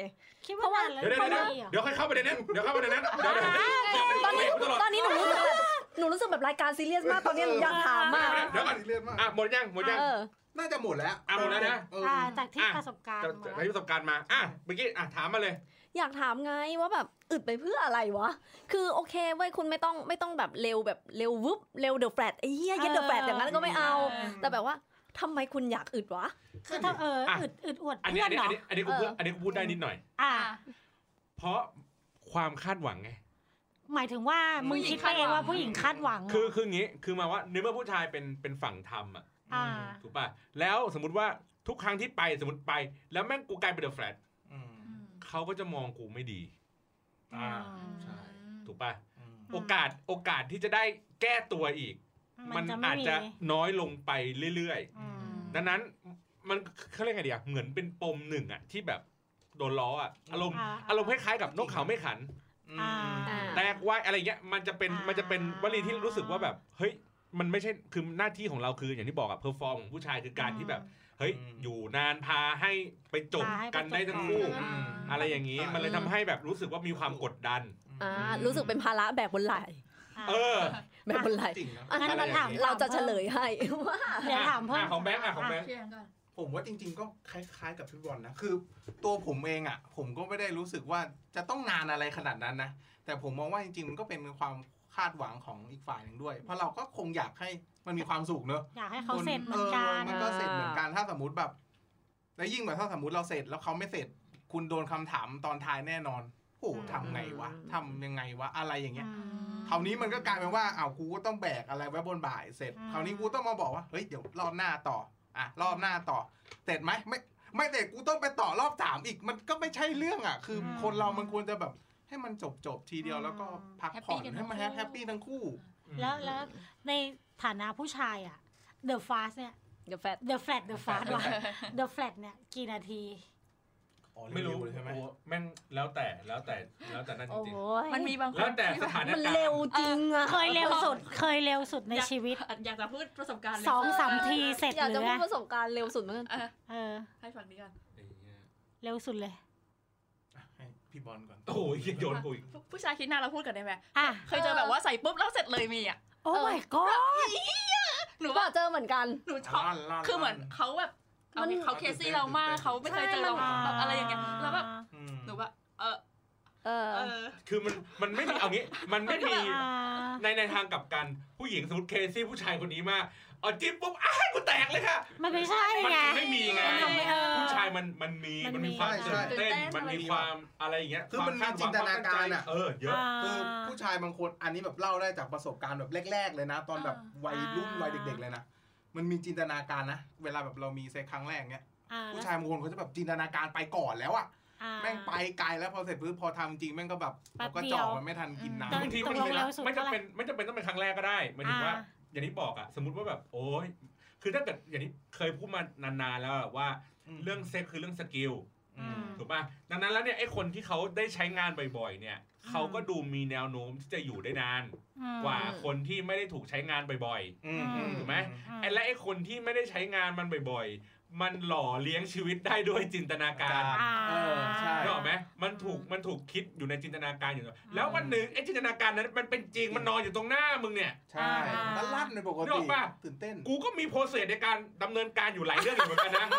S3: คิดว่านานแล้ว
S1: เดี๋ยวเดี๋ยวเดี๋ยว
S3: พราะว่า
S1: เดี๋ยวค่อยเข้าประเด็นนั้นเดี๋ยวเข้าประเด็นนั้นเดี๋ยวเดี๋ยวเดี๋ยว
S2: ตอนนี้
S1: ตลอด
S2: ตอนนี้หนูรู้สึกแบบหนูรู้สึกแบบรายการซีเรียสมากตอนนี้หนูอยากถามมาก
S5: เดี๋ยวก่อนเลือดมาก
S1: อ่ะหมดยังหมดยัง
S2: เออ
S5: น่าจะหมดแล้ว
S1: อ่ะหมดแล้วนะ
S5: เออ
S3: อ่าจากที่
S1: อ่ะ
S3: ประสบการณ์
S1: จะจะ
S3: มา
S1: ให้ประสบการณ์มาอ่ะเมื่อกี้อ่ะถามมาเลย
S2: อยากถามไงว่าแบบอึดไปเพื่ออะไรวะ คือโอเคเว้ยคุณไม่ต้องไม่ต้องแบบเร็วแบบเร็ววึบเร็วเดอะแฟลตไอ้เหี้ยเย็ดเดอะแฟลตอย่างนั้นก็ไม่เอา แต่แบบว่าทำไมคุณอยากอึดวะ
S3: คือถ้าเออ
S1: อ่ะ
S3: อึดอึดอวด
S1: อันนี้
S3: เพื่อ
S1: อัน
S3: น
S1: นี้
S3: เหร
S1: อั
S3: อน
S1: นี้อันนี้กูพูด
S2: เอออั
S1: อันนี้กูพูดได้นิดหน่อย
S3: อ่ะ
S1: เพราะความคาดหวังไง
S3: หมายถึงว่ามึงคิดไปเองว่าผู้หญิงคาดหวังเหร
S1: คือคืออย่างงี้คือมาว่าในเมื่อผู้ชายเป็นเป็นฝั่งทำอ่ะ
S3: อ่า
S1: ถูกป่ะแล้วสมมติว่าทุกครั้งที่ไปสมมติไป แล้วแม่งกูกลายเป็นเดอะแฟลต
S5: อืม
S1: เขาก็จะมองกูไม่ดี อ่า
S5: ใช่
S1: ถูกป่ะ
S5: อืม
S1: โอกาสโอกาสที่จะได้แก้ตัวอีก
S3: มั
S1: มัน น
S3: จะไม่
S1: อาจ
S3: มี
S1: จะน้อยลงไปเรื่อย
S3: อืม
S1: ๆ ดังนั้นมันเขาเรียกไงดีอะเหมือนเป็นปมหนึ่งอะที่แบบโดนล้ออะอารมณ์
S3: ะ
S1: อารมณ์คล้ายๆกับนกเขาไม่ขัน
S5: อืม
S3: อ่า
S1: แตกว่ายอะไรเงี้ยมันจะเป็น
S3: อ่ามั
S1: มันจะเป็นวลีที่รู้สึกว่าแบบเฮ้ยมันไม่ใช่คือหน้าที่ของเราคืออย่างที่บอกอะเพอร์ฟอร์มของผู้ชายคือการที่แบบ เฮ้ยอยู่นานพาให้ไปจบ
S3: พาให้ไป
S1: กันได้ทั้ง
S3: จ
S1: คู่
S3: บกัน
S5: อืม
S1: อะไรอย่างนี้
S5: ใช่
S1: มันเลยทำให้แบบรู้สึกว่ามีความกดดัน
S2: อ่ารู้สึกเป็นภาระแบกบนไหล่
S3: อ่ะ
S1: เออ
S2: แบกบนไหล่
S5: จริงนะ
S2: อ่ะ
S3: งั้นเราถาม
S2: เราจะเฉลยให้ว่า
S3: เดี๋ยวถามเพิ่ม
S1: อ่ะของแบงค์อ่ะของแบงค์
S4: เพียงก่อน
S5: ผมว่าจริง ๆ ก็คล้าย ๆ กับพี่บอลนะคือ ตัวผมเองอ่ะ ผมก็ไม่ได้รู้สึกว่าจะต้องนานอะไรขนาดนั้นนะแต่ผมมองว่าจริงๆมันก็เป็นความคาดหวังของอีกฝ่ายหนึ่งด้วย เพราะเราก็คงอยากให้มันมีความสุขเนอะ
S3: อยากให้เขาเสร็จเหมือนกัน
S5: เออมันก็เสร็จเหมือนกันถ้าสมมติแบบ แล้วยิ่งแบบถ้าสมมติเราเสร็จแล้วเขาไม่เสร็จ คุณโดนคำถามตอนท้ายแน่นอนโอ้โห
S3: อืม
S5: ทำไงวะทำยังไงวะอะไรอย่างเงี้ย
S3: อืม
S5: คราวนี้มันก็กลายเป็นว่าอ้าวกูก็ต้องแบกอะไรไว้บนบ่ายเสร็จ
S3: อืม
S5: คราวนี้กูต้องมาบอกว่าเฮ้ยเดี๋ยวรอบหน้าต่ออ่ะรอบหน้าต่อ เสร็จไหมไม่ไม่เสร็จกูต้องไปต่อรอบสามอีกมันก็ไม่ใช่เรื่องอ่ะ คืออ
S3: ม
S5: คนเรามันควรจะแบบให้มันจบจบๆทีเดียวแล้วก็พักผ่อนให้มันแฮปปี้ทั้งคู่
S3: แล้วแล้ว ในฐานะผู้ชายอ่ะ The Fast เนี่ย
S2: เดี๋ยวแฟด
S3: The Flat The Fast ว่ะ The Flat เนี่ยกี่นาที
S5: อ๋อ
S1: ไม่รู้
S5: วิวใช่ไหม
S1: โอ้แม่งแล้วแต่แล้วแต่แล้วแต่นั่นจ
S2: โอ้
S1: ริง
S2: โห
S4: มันมีบางค
S1: ๆแล้
S4: น
S1: วแต่
S4: ที่
S1: ส
S4: แบบ
S1: ถาน
S2: มัน
S1: การ
S2: เร็ว
S1: ณ์
S2: จริงอะ
S3: เคยเร็วสุด เคยเร็วสุดในชีวิต
S4: อยากจะพูดประสบการณ์เลย
S3: สองสามทีเสร็จ
S2: อยาก
S3: เล
S2: จะ
S3: ย
S2: พูด
S3: อะ
S2: ประสบการณ์เร็วสุดเหมือนกัน
S4: อ่ะ
S3: เออ
S4: ให้ฝั่งนี้ก่อน
S1: ไอ้เหี้ย
S3: เร็วสุดเลย
S5: อ่ะให้พี่บอลก่อน
S1: โอ้โหเหี้ยโยนกูอีก
S4: ผู้ผู้ชายคิดหน้าเราพูดกันได้ไหม
S3: อ่ะ
S4: เคยเจอแบบว่าใส่ปุ๊บแล้วเสร็จเลยมีอ่ะ
S3: โอ้ my god
S4: หนู
S2: ก็
S4: ว่า
S2: เจอเหมือนกัน
S4: หนูช็อก
S5: ลั่นลั่น
S4: คือเหมือน
S5: ลั่
S4: เขาแบบเอา
S2: มัน
S4: เขาเคซี่เรามากเขาไม่เคยเจอเรา
S5: ใช่มัน
S4: แบบอะไรอย่างเงี้ยแล้วแบบ
S5: อืม
S4: หนูแบบเออ
S2: เออ
S4: เออ
S1: คือมันมันไม่มีเอางี้ มันไม่มี
S3: อ่า
S1: ในในทางกลับกันผู้หญิงสมมติเคซี่ผู้ชายคนนี้มากเอาจิ้มปุ๊บอ้าวกูแตกเลยค่ะ
S3: มันไม่ใช่
S1: มัน
S3: ไง
S1: ไม่มีไง
S3: มันไม่เออ
S1: ผู้ชายมันมันมี
S3: มัน
S1: มันมี
S3: มี
S1: ความ
S5: ใช่
S1: ตื่นเต้น
S4: ใช่
S1: มันมีความอะไรอย่างเงี้ย
S5: คือมันมี
S1: วาาดหวัง
S5: จินตนาการอะ
S1: เออเยอะ
S3: อ่า
S5: คือผู้ชายบางคนอันนี้แบบเล่าได้จากประสบการณ์แบบแรก ๆ เลยนะ ตอนแบบ
S4: อ่า
S5: วัยรุ่น
S3: อ่า
S5: วัยเด็ก ๆ เลยนะ มันมีจินตนาการนะ เวลาแบบเรามีเซ็กครั้งแรกเนี้ย
S3: อ่า
S5: ผู้ชายบางคนเขาจะแบบจินตนาการไปก่อนแล้วอะ
S3: อ่า
S5: แม่งไปไกลแล้วพอเสร็จปุ๊บพอทำจริงแม่งก็แบบ
S3: แป๊บ
S5: ก็
S3: เดียว
S5: จ่อมันไม่ทันกินน้ำ
S3: ตอน
S1: บางที
S3: ตกลงเร็วสุด
S1: ไม่
S3: เท่า
S1: จำ
S3: ไหร่
S1: เป็นไม่จำเป็นต้องเป็นครั้งแรกก็ได้หมายถึงว่า
S3: อ่า
S1: อย่างที่บอกอะสมมติว่าแบบโอ้ยคือถ้าเกิดอย่างที่เคยพูดมานานๆแล้วอะว่า
S5: อืม
S1: เรื่องเซ็กคือเรื่องสกิล
S5: อืม
S1: ถูกป่ะดังนั้นแล้วเนี่ยไอ้คนที่เขาได้ใช้งานบ่อยๆเนี่ยเขาก็ดูมีแนวโน้มที่จะอยู่ได้นาน
S3: อืม
S1: กว่าคนที่ไม่ได้ถูกใช้งานบ่อย
S5: อืม
S3: อืม
S1: ถูกไหม ๆไอ้และไอ้คนที่ไม่ได้ใช้งานมันบ่อยๆ มันหล่อเลี้ยงชีวิตได้ด้วยจินตนาการ
S3: อ่า
S5: เออใช่
S1: นึกออกไหมมันถูก มันถูกคิดอยู่ในจินตนาการอยู่ แล้ววันหนึ่งไอ้จินตนาการนั้นมันเป็นจริง มันนอนอยู่ตรงหน้ามึงเนี่ย
S5: ใช่
S3: อ่า
S5: ตลั่นในปก
S1: นึกอ
S5: ติ
S1: อกปะ
S5: ตื่นเต้น
S1: กูก็มีโปรเซสในการดำเนินการอยู่หลายเรื่องอยู่เหมือนกันนะ
S3: เออ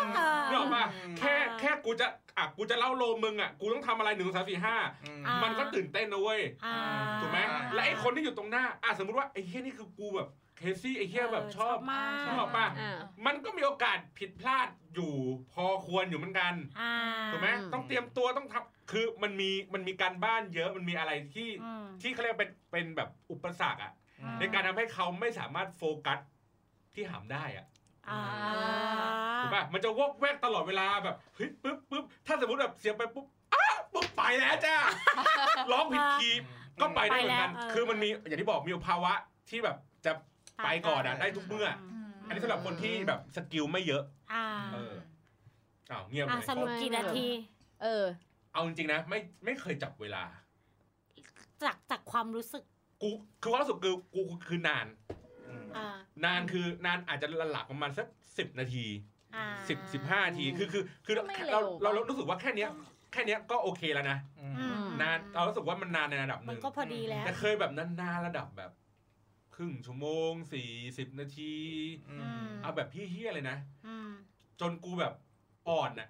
S1: นึกออกปะ
S5: อืม
S1: แค่ แค่กูจะ อ่ะ กูจะเล่าโลมมึงอ่ะ กูต้องทำอะไรหนึ่งสองสามสี่ห้า
S5: อืม
S3: อ่า
S1: มันก็ตื่นเต้นนะเว้ย
S3: อ่า
S1: ถูกไหม
S5: อ่า
S1: และไอ้คนที่อยู่ตรงหน้า อ่ะสมมติว่าไอ้เฮียนี่คือกูแบบเคซี่ไอ้เฮียแบบชอบ
S3: มาก
S1: ชอบป่ะ
S2: อ่า
S1: มันก็มีโอกาสผิดพลาดอยู่พอควรอยู่เหมือนกัน
S3: อ่า
S1: ถูกไหม
S2: อืม
S1: ต้องเตรียมตัวต้องทำคือมันมีมันมีการบ้านเยอะมันมีอะไรที่
S3: อืม
S1: ที่เขาเรียกว่าเป็นเป็นแบบอุปสรรคอะ
S3: อ่า
S1: ในการทำให้เขาไม่สามารถโฟกัสที่หามได้อะ
S3: อ่า
S1: ถูกป่ะมันจะวอกแวกตลอดเวลาแบบเฮ้ยปึ๊บปึ๊บถ้าสมมติแบบเสียงไปปุ๊บอ้าปุ๊บไปแล้วจ้า ร้องผิดคีย์ก็ไปได้เหมือนกัน
S3: ไปแล้วเออ
S1: คือมันมีอย่างที่บอกมีภาวะที่แบบจะไปก่อนอะได้ทุกเมื่อ
S4: ม
S1: อันนี้สำหรับคนที่แบบสกิลไม่เยอะ
S3: อ่า
S1: เออ อ้าวเงียบเล
S3: อ่ายสรุปกี่นาที
S2: เออ
S1: เอาจริงๆนะไม่ไม่เคยจับเวลา
S3: จากจากความรู้สึก
S1: กูคือความรู้สึกคือกูกูคือนาน
S3: อ่าน
S1: านคือนานอาจจะหลักๆประมาณสักสิบนาที
S3: อ่า
S1: สิบสิบห้านาทีคือคือคือ
S2: ไม่เร็ว
S1: เราเรา
S2: ปะ
S1: เรารู้สึกว่าแค่เนี้ยแค่เนี้ยก็โอเคแล้วนะ
S5: อืม
S3: อืม
S1: นานเรารู้สึกว่ามันนานในระดับห
S3: มัน
S1: นึ่ง
S3: ก็พอดีแล้ว
S1: แต่เคยแบบนานๆระดับแบบ ครึ่งชั่วโมงสี่สิบนาที
S5: อืม
S1: เอาแบบพี่เฮี้ยๆเลยนะ
S3: อืม
S1: จนกูแบบอ่อนอ่ะ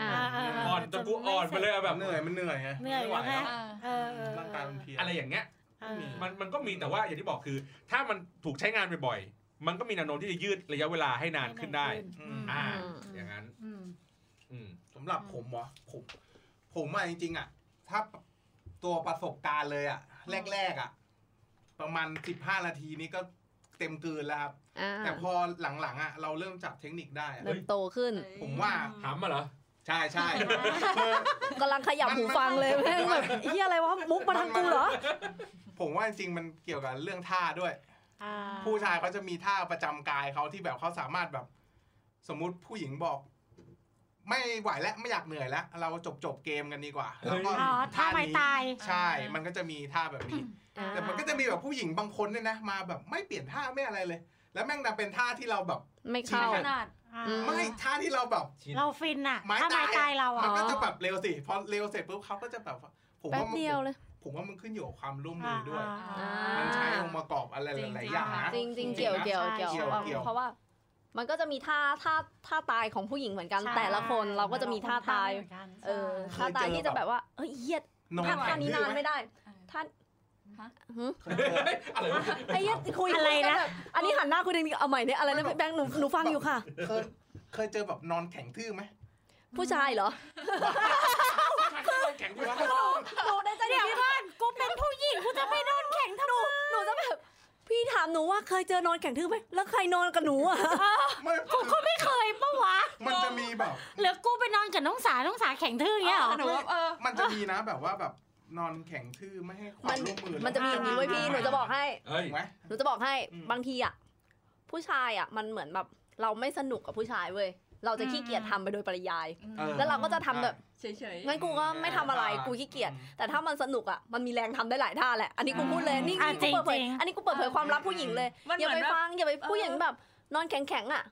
S2: อ่า
S3: เออ
S1: อ่อนจนกูอ่อนไปเลยอะ
S5: แบ
S1: แบบ บ
S5: เหนื่อยมันเหนื่อยไง
S3: เหนื่อย
S5: ไม่ไ
S3: แล้วไง
S5: อะ
S3: เออเออ
S5: ร่างกายมันเพลีย
S1: อะไรอย่างเงี้ย
S3: เออ
S1: มันมันก็มีแต่ว่าอย่างที่บอกคือ ถ้ามันถูกใช้งานบ่อยๆมันก็มีแนวโน้มที่จะยืดระยะเวลาให้นานขึ้นได้ อ่า
S2: อืม
S1: อย่างนั้น
S3: อืม
S1: อืม
S5: สำหรับผมเหรอผม ผมอะจริงๆอะถ้าตัวประสบการณ์เลยอะแรกๆอะประมาณสิบห้านาทีนี้ก็เต็มเกินแล้วครับ
S2: อ่า
S5: แต่พอหลังๆอะเราเริ่มจับเทคนิคได้อะ
S1: ฮ้
S2: เริ่
S1: ย
S2: มโตขึ้น
S5: ผมว่า
S1: ถามมาเหรอ
S5: ใช่ใช่ คือ
S2: กำลังขยับหูฟังเลย
S5: มัน
S2: แม่ง
S5: มั
S2: แบ
S5: น
S2: บเฮียอะไรวะมุกมาทางกูเหรอ
S5: ผมว่าจริงๆมันเกี่ยวกับเรื่องท่าด้วย
S3: อ่า
S5: ผู้ชายเขาจะมีท่าประจำกายเขาที่แบบเขาสามารถแบบ สมมุติผู้หญิงบอก ไม่ไหวแล้วไม่อยากเหนื่อยแล้วเราจบจบๆเกมกันดีกว่า แล้วก็
S1: เฮ้ย
S3: อ๋อถ้าไม่
S5: นี้
S3: ตาย
S5: ใช่ มันก็จะมีท่าแบบนี้
S2: อ่า
S5: แต่มันก็จะมีแบบผู้หญิงบางคนเนี่ยนะมาแบบไม่เปลี่ยนท่าไม่อะไรเลย แล้วแม่งดันเป็นท่าที่เราแบบ
S2: ไม่
S5: อ
S2: เข้า
S4: ขนาด
S3: อ่า
S2: อืม
S5: ไม่ท่าที่เราแบบ
S3: เราฟินอ่ะ
S5: ไม้
S3: ถ้า
S5: ตา
S3: ไม่
S5: ย
S3: ตายเราอ่ะ
S5: มันก็จะแบบเร็วสิพอเร็วเสร็จปุ๊บเขาก็จะแบบว่าผม
S2: แป๊บ
S5: ว่ามัน
S2: เดียวเลย
S5: ผมว่ามันขึ้นอยู่กับความร่วมมือด้วย
S3: อ่า
S5: มันใช้องค์ประกอบอะไรหลายๆอย่างนะ
S2: จริงจริง
S4: จริงๆ
S2: เกี่ยว
S5: นะ
S2: เกี่ยวเกี่ยว
S5: เกี่ยวเกี่ยว
S2: เพราะว่า มันก็จะมีท่าท่าท่าตายของผู้หญิงเหมือนกัน
S3: ใช่
S2: แต่ละคนเราก็จะมีท่าตาย
S3: เหมือนกัน
S2: เออท่าตายที่จะแบบว่าเอ้ยเหี้ย
S5: นอน
S2: ท่าท่า
S5: แข็ง
S2: นี้นา
S5: ทื่
S2: น
S5: อไหม
S2: ไม่ได้ท่า
S5: เคยเจอ
S1: อะไรวะ
S2: ไอ้เหี้ยคุย
S3: อะไรนะ
S2: คุยกัแบบอันนี้หันหน้าคุยดีๆเอาใหม่เนี่ยอะไรนะแบงค์หนูหนูฟังอยู่ค่ะ
S5: เคยเคยเจอแบบนอนแข็งทื่อ ไหม
S2: ผู้ชายเหรอ
S1: แข็งกูวะ
S2: หนูในใจเดี๋ยวก่อนกูเป็นผู้หญิงกูจะไปนอนแข็งทำไมหนูจะแบบพี่ถามหนูว่าเคยเจอนอนแข็งทื่อไหมแล้วใครนอนกับหนูอ่ะ
S5: ไม่
S3: ก็ไม่เคยปะวะ
S5: มันจะมีแบบ
S3: หรือกูไปนอนกับน้องสาน้องสาแข็งทื่ออย่างเงี้ยเหรอ
S4: หนูว่าเออ
S5: มันจะมีนะแบบว่าแบบนอนแข็งทื่อไม่ให้ความร่วมมือ
S2: มันจะมีอย่างนี้ไว้ยพี่หนูจะบอกให้
S1: เฮ้ย
S5: ถูกไหม
S2: หนูจะบอกให้
S5: อืม
S2: บางทีอ่ะผู้ชายอ่ะมันเหมือนแบบเราไม่สนุกกับผู้ชายเว้ย เราจะขี้เกียจทำไปโดยปริยาย
S4: อืม
S5: เออ
S2: แล้วเราก็จะทำแบบ
S4: เฉยๆ
S2: งั้นกูก็ไม่ทำอะไรกูขี้เกียจแต่ถ้ามันสนุกอ่ะมันมีแรงทำได้หลายท่าแหละอันนี้กูพูดเลยนี่
S3: อ่ะ
S2: นี่กูเปิดเผย
S3: จริงๆ
S2: อันนี้กูเปิดเผยความลับผู้หญิงเลย
S4: มัน
S2: อย่า
S4: เหมื
S2: ไป
S4: อนแบบ
S2: ฟังอย่าไปผู้
S4: เออ
S2: หญิงแบบ นอนแข็งๆอ่ะ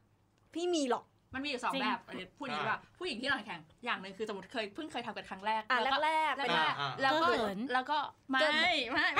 S2: พี่มีหรอก
S4: มันมีอยู่สอง
S3: จริง
S4: แบบอันนี้พูดอย่างนี้ว่าผู้หญิงที่นอนแข็งอย่างหนึ่งคือสมมติเคยเพิ่งเคยทำกันครั้งแรก
S2: อ่ะ
S4: แล้วก็
S2: แรกๆ
S4: แล้
S2: เป็
S4: วน ก็
S5: อ่าอ่า
S4: แล้วก็แล้ว
S3: เก้อเขิน
S4: ก็ไม่
S2: เก้อเขิน
S4: ไม่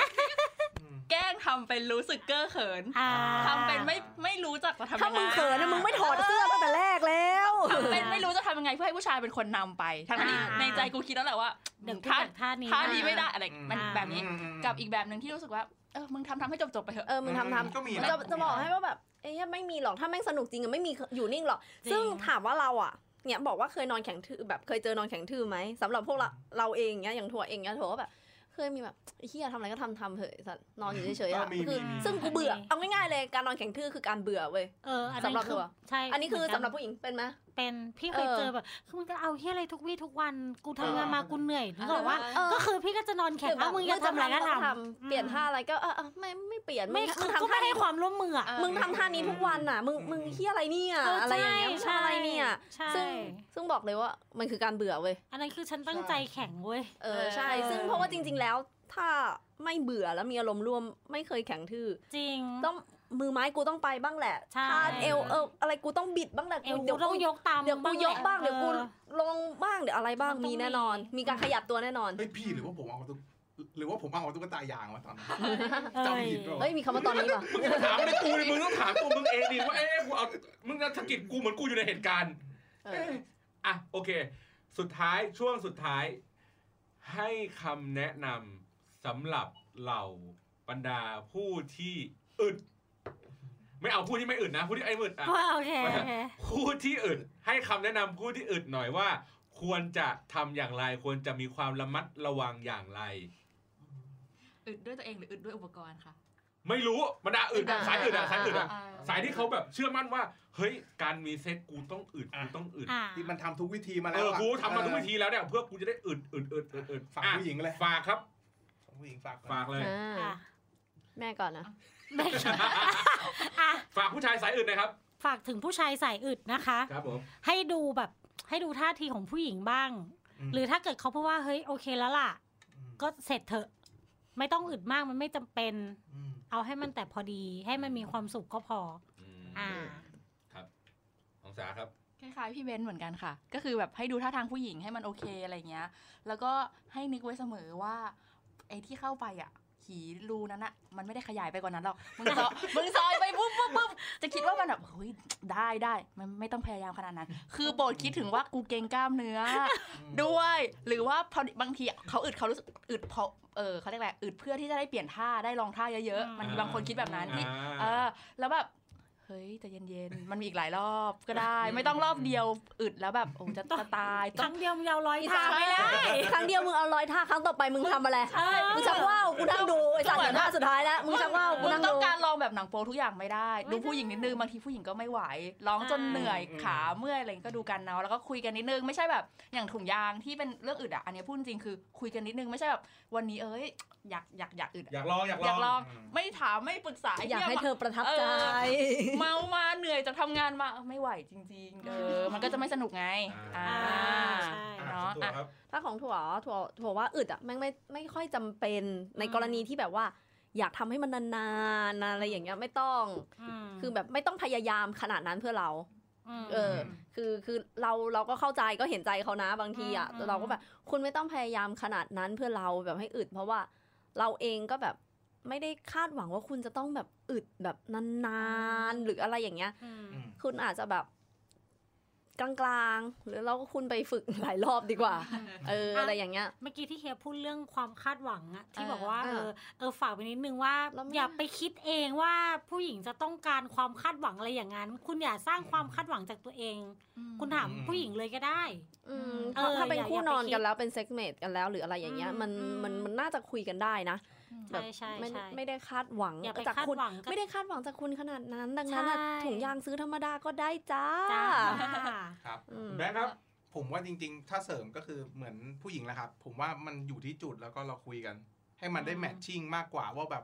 S5: อืม
S4: แกล้งทำเป็นรู้สึกเก้อเขิน
S3: อ่า
S4: ทำเป็นไม่ไม่รู้จักจะทำยังไง
S2: ถ้ามึงเขินนะมึงไม่ถอดเสื้อตั้งแต่แรกแล้ว
S4: ทำเป็นไม่รู้จะทำยังไงเพื่อให้ผู้ชายเป็นคนนำไปทั้งที่
S3: อ่า
S4: ในใจกูคิดแล้วแหละว่า
S3: เดี๋ยวกู
S4: ท่า
S3: อยากท่านี้
S4: ท่านี้
S3: อ่ะ
S4: ไม่ได้อะไรมัน
S3: อ่า
S4: แบบนี้
S5: อืมอืมม
S4: กับอีกแบบหนึ่งที่รู้สึกว่าเออมึงทำทำให้จบจบๆไปเถอะ
S2: เออมึงทำทำ
S5: ก็มีนะ
S2: จะ
S5: ก็มีนะ
S2: จะบอกให้ว่าแบบเอ้ยไม่มีหรอกถ้าแม่งสนุกจริงอะไม่มีอยู่นิ่งหรอก
S3: จริง
S2: ซึ่งถามว่าเราอะเนี่ยบอกว่าเคยนอนแข็งทื่อแบบเคยเจอนอนแข็งทื่อไหมสำหรับพวกเราเราเองเนี้ยอย่างถั่วเองเนี้ยถั่วก็แบบเคยมีแบบไอ้เฮียทำอะไรก็ทำทำเถอะไอ้สัตว์นอนอยู่เฉยๆอะ
S5: เออมี
S2: คือ
S5: มีมี
S2: ซึ่งกูเบื่อเอาง่ายๆเลยการนอนแข็งทื่อคือการเบื่อเว้ย
S3: เอออันนั้น
S2: สำหรับ
S3: คื
S2: เธ
S3: อ
S2: อ
S3: ใช่
S2: อันนี้คือ
S3: เหมื
S2: สำหรับผู้หญิงเป็นไหม
S3: เป็นพี่เคย
S2: เออ
S3: เจอแบบคือมึงจะเอาเฮียอะไรทุกวี่ทุกวันกูทำงาน
S5: เออ
S3: มากูเหนื่อยนึกออกว่า
S2: เออ
S3: ก็คือพี่ก็จะนอนแข็ง
S2: หรื
S3: ว่ามึงจะทำอะไรก็ทำ
S2: เปลี่ยนท่าอะไรก็เออเออไม่ไม่เปลี่ยน
S3: ไม่
S2: ง
S3: คือง ก็
S2: ทำ
S3: ไม่
S2: ท่า
S3: ให้
S2: นี้
S3: ความร่วมมืออ่ะ
S2: มึงทำท่านี้ทุกวันน่ะมึงมึงเฮียอะไรเนี่ย
S3: เ
S2: อะไรอย่างเงี้ยมึงทำ
S3: ใช่
S2: อะไรเนี่ย
S3: ใช่
S2: ซึ่งซึ่งบอกเลยว่ามันคือการเบื่อเว้ย
S3: อันนั้นคือฉันตั้งใจแข็งเว้ย
S2: เออใช่
S3: เออ
S2: ซึ่งเพราะว่าจริง ๆ แล้วถ้าไม่เบื่อแล้วมีอารมณ์ร่วมไม่เคยแข็งทื่อ
S3: จริง
S2: ต้องมือไม้กูต้องไปบ้างแหละ
S3: ใช่
S2: ท่าเอวเอออะไรกูต้องบิดบ้างแหละ
S3: เอวกูต้องยกตาม
S2: เดี๋ยวกูยกบ้างเดี๋ยวกู
S3: ออ
S2: ลงบ้างเดี๋ยวอะไรบ้าง
S3: มันต้อง
S2: มีแน่นอน
S3: มี
S2: มีการขยับตัวแน่นอน
S5: เฮ้ยพี่หรือว่าผมเอาตุ๊กหรือว่าผมเอาตุ๊กตายางมาตอนนั้น
S3: เอ้ย
S5: จำผิดเปล่า
S2: เฮ้ยมีคำว่าตอนนี้ป่ะ
S1: มึงถามในกูดิมึงต้องถามตัวมึงเองดิว่าเอ๊ะกูเอามึงจะสะกิดกูเหมือนกูอยู่ในเหตุการณ์
S2: เออ
S1: เอ๊ะอ่ะโอเค สุดท้ายช่วงสุดท้าย ให้คำแนะนำสำหรับเหล่าบรรดาผู้ที่อึด ไม่เอาผู้ที่ไม่อึดนะ ผู้ที่ไอ้อึดอ่ะ
S3: ว่าโอเคโอเค
S1: ผู้ที่อึดให้คำแนะนำผู้ที่อึดหน่อยว่า ควรจะทำอย่างไร ควรจะมีความระมัดระวังอย่างไร
S4: อึดด้วยตัวเองหรืออึดด้วยอุปกรณ์ค่ะ
S1: ไม่รู้บรรดาอึดอะสายอึดอะสายอึดอะ
S4: อ่า
S1: สายที่เขาแบบเชื่อมั่นว่า เฮ้ยการมีเซ็ตกูต้องอึดกูต้องอึด
S3: อ่า
S5: ที่มันทำทุกวิธีมา
S1: เอ
S5: แล้ว
S1: อ
S5: อะ
S1: กูทำมาทุกวิธีแล้วเนี่ยเพื่อกูจะได้อึดอึดอึดอึดอึด
S5: ฝากผู้หญิงเลย
S1: ฝากครับ
S5: ฝากผู้หญิงฝากก่อน
S1: ฝากเลย
S2: อ่าแม่ก่อนนะ
S3: อ่ะ
S1: ฝากผู้ชายสายอึดนะครับ
S3: ฝากถึงผู้ชายสายอึดนะคะ
S1: ครับผม
S3: ให้ดูแบบให้ดูท่าทีของผู้หญิงบ้าง
S5: อืม
S3: หรือถ้าเกิดเขาพูดว่าเฮ้ยโอเคแล้วล่ะ
S5: อืม
S3: ก็เสร็จเถอะ ไม่ต้องอึดมากมันไม่จำเป็น
S5: อืม
S3: เอาให้มันแต่พอดี ให้มันมีความสุขก็พอ อ่า
S1: ของสาครับ
S4: คล้ายๆพี่เบนซ์เหมือนกันค่ะ ก็คือแบบให้ดูท่าทางผู้หญิงให้มันโอเคอะไรเงี้ย แล้วก็ให้นึกไว้เสมอว่าไอ้ที่เข้าไปอ่ะขีรูนั้นอะมันไม่ได้ขยายไปกว่านั้นหรอกมึงซอย มึงซอยไปปุ๊บปุ๊บปุ๊บจะคิดว่ามันแบบเฮ้ยได้ได้มันไม่ต้องพยายามขนาดนั้น คือโปรดคิดถึงว่ากูเกรงกล้ามเนื้อ ด้วย หรือว่าพอบางทีเขาอึดเขารู้สึกอึดเพราะเออเขาเรียกอะไรอึดเพื่อที่จะได้เปลี่ยนท่าได้ลองท่าเยอะๆมัน
S1: อ่า
S4: บางคนคิดแบบนั้นที่
S1: อ่า
S4: เออแล้วแบบ เฮ้ยแต่เย็นๆ มันมีอีกหลายรอบก็ได้ ไม่ต้องรอบเดียวอึดแล้วแบบโอ้จะจะตาย
S3: ค
S4: ต้อ
S3: รั้
S4: ง
S3: งเดียวมึงเอาร้อย
S2: อี
S3: ท่า
S2: สาน
S3: ไม่ได้
S2: ครั้งเดียวมึงเอาร้อยท่าครั้งต่อไปมึงทำอะไร
S3: เออ
S2: มึงชักว่าวกูนั่งดูไอ้สัตว์
S4: เหมื
S2: เดี๋
S4: อย น
S2: วท่าสุดท้ายแล้วมึงชักว่าวกู
S4: มึง
S2: นั่ง
S4: ต้
S2: ดู
S4: องการลองแบบหนังโป๊ทุกอย่างไม่ได้ ดูผู้หญิงนิดนึงบางทีผู้หญิงก็ไม่ไหวร้องจนเหนื่อยขาเมื่อยอะไรอย่างงี้ก็ดูกันเนาะแล้วก็คุยกันนิดนึงไม่ใช่แบบอย่างถุงยางที่เป็นเรื่องอึดอ่ะอันนี้พูดจริงคือคุยกันนิดนึงไม่ใช่แบบวันนี้เอ้ยอยากอยากอยากอึดอะ
S1: อยากลองอยากล
S4: อยา
S1: อกง
S4: ลองไม่ถามไม่ปรึกษาไ
S2: อยาก
S4: เ
S2: ให้เธอประทับใจ
S4: เมามาเหนื่อยจากทำงานมาเออไม่ไหวจริงๆเอ อมันก็จะไม่สนุกไงอ่า
S3: อ่าใช่
S1: อ่
S4: เนาะ
S1: ส่วตัวครับ
S2: ถ้าของถั่วถั่วถั่วว่าอึดอ่ะแม่งไม่ไม่ค่อยจำเป็นใน
S4: อืม
S2: กรณีที่แบบว่า อยากทำให้มันนานๆอะไรอย่างเงี้ยไม่ต้อง
S3: ม
S2: คือแบบไม่ต้องพยายามขนาดนั้นเพื่อเรา
S3: ม
S2: เออ คือคือเราเราก็เข้าใจก็เห็นใจเขานะบางทีอ่ะ
S3: อืม
S2: แต่เราก็แบบคุณไม่ต้องพยายามขนาดนั้นเพื่อเราแบบให้อึด เพราะว่าเราเองก็แบบไม่ได้คาดหวังว่าคุณจะต้องแบบอึดแบบนานๆหรืออะไรอย่างเงี้ย
S3: ม
S5: อืม
S2: คุณอาจจะแบบกลางๆ หรือเราก็คุณไปฝึกหลายรอบดีกว่า เอออะไรอย่างเงี้ย
S3: เมื่อกี้ที่เฮียพูดเรื่องความคาดหวังอะที่
S4: เออ
S3: บอกว่า
S2: เอ
S3: เอ
S2: อ
S3: อเออฝากไปนิดนึงว่า
S2: แล้วมัน
S3: อย่าไปคิดเองว่าผู้หญิงจะต้องการความคาดหวังอะไรอย่างนั้น คุณอย่าสร้างความคาดหวังจากตัวเอง คุณถาม
S5: อืม
S3: ผู้หญิงเลยก็ได้
S2: อืม
S3: เออ
S2: ถ้าถ้าเป็น
S3: อย่า
S2: คู่
S3: อย่าน ไป
S2: อน
S3: คิด
S2: กันแล้วเป็นเซ็กเมตกันแล้วหรืออะไรอย่างเงี้ย
S3: อืม
S2: มัน
S3: อืม
S2: มันมันน่าจะคุยกันได้นะแบ
S3: ใช่
S2: บ
S3: ใช่
S2: ไม่
S3: ใช่
S2: ไม่ได้คาดหวัง
S3: อย่าไป
S2: จาก
S3: คาด
S2: คุณ
S3: หวังกับ
S2: ไม่ได้คาดหวังจากคุณขนาดนั้น ดังนั้นน่ะ
S3: ใช่
S2: ถุงยางซื้อธรรมดาก็ได้จ้า
S3: จ้า
S5: ครับ
S2: อืม
S1: แบงค์ครับ
S5: ผมว่าจริง ๆ ถ้าเสริมก็คือเหมือนผู้หญิงแหละครับ ผมว่ามันอยู่ที่จุดแล้วก็เราคุยกัน ให้มันได้
S4: อืม
S5: แมทชิ่งมากกว่าว่าแบบ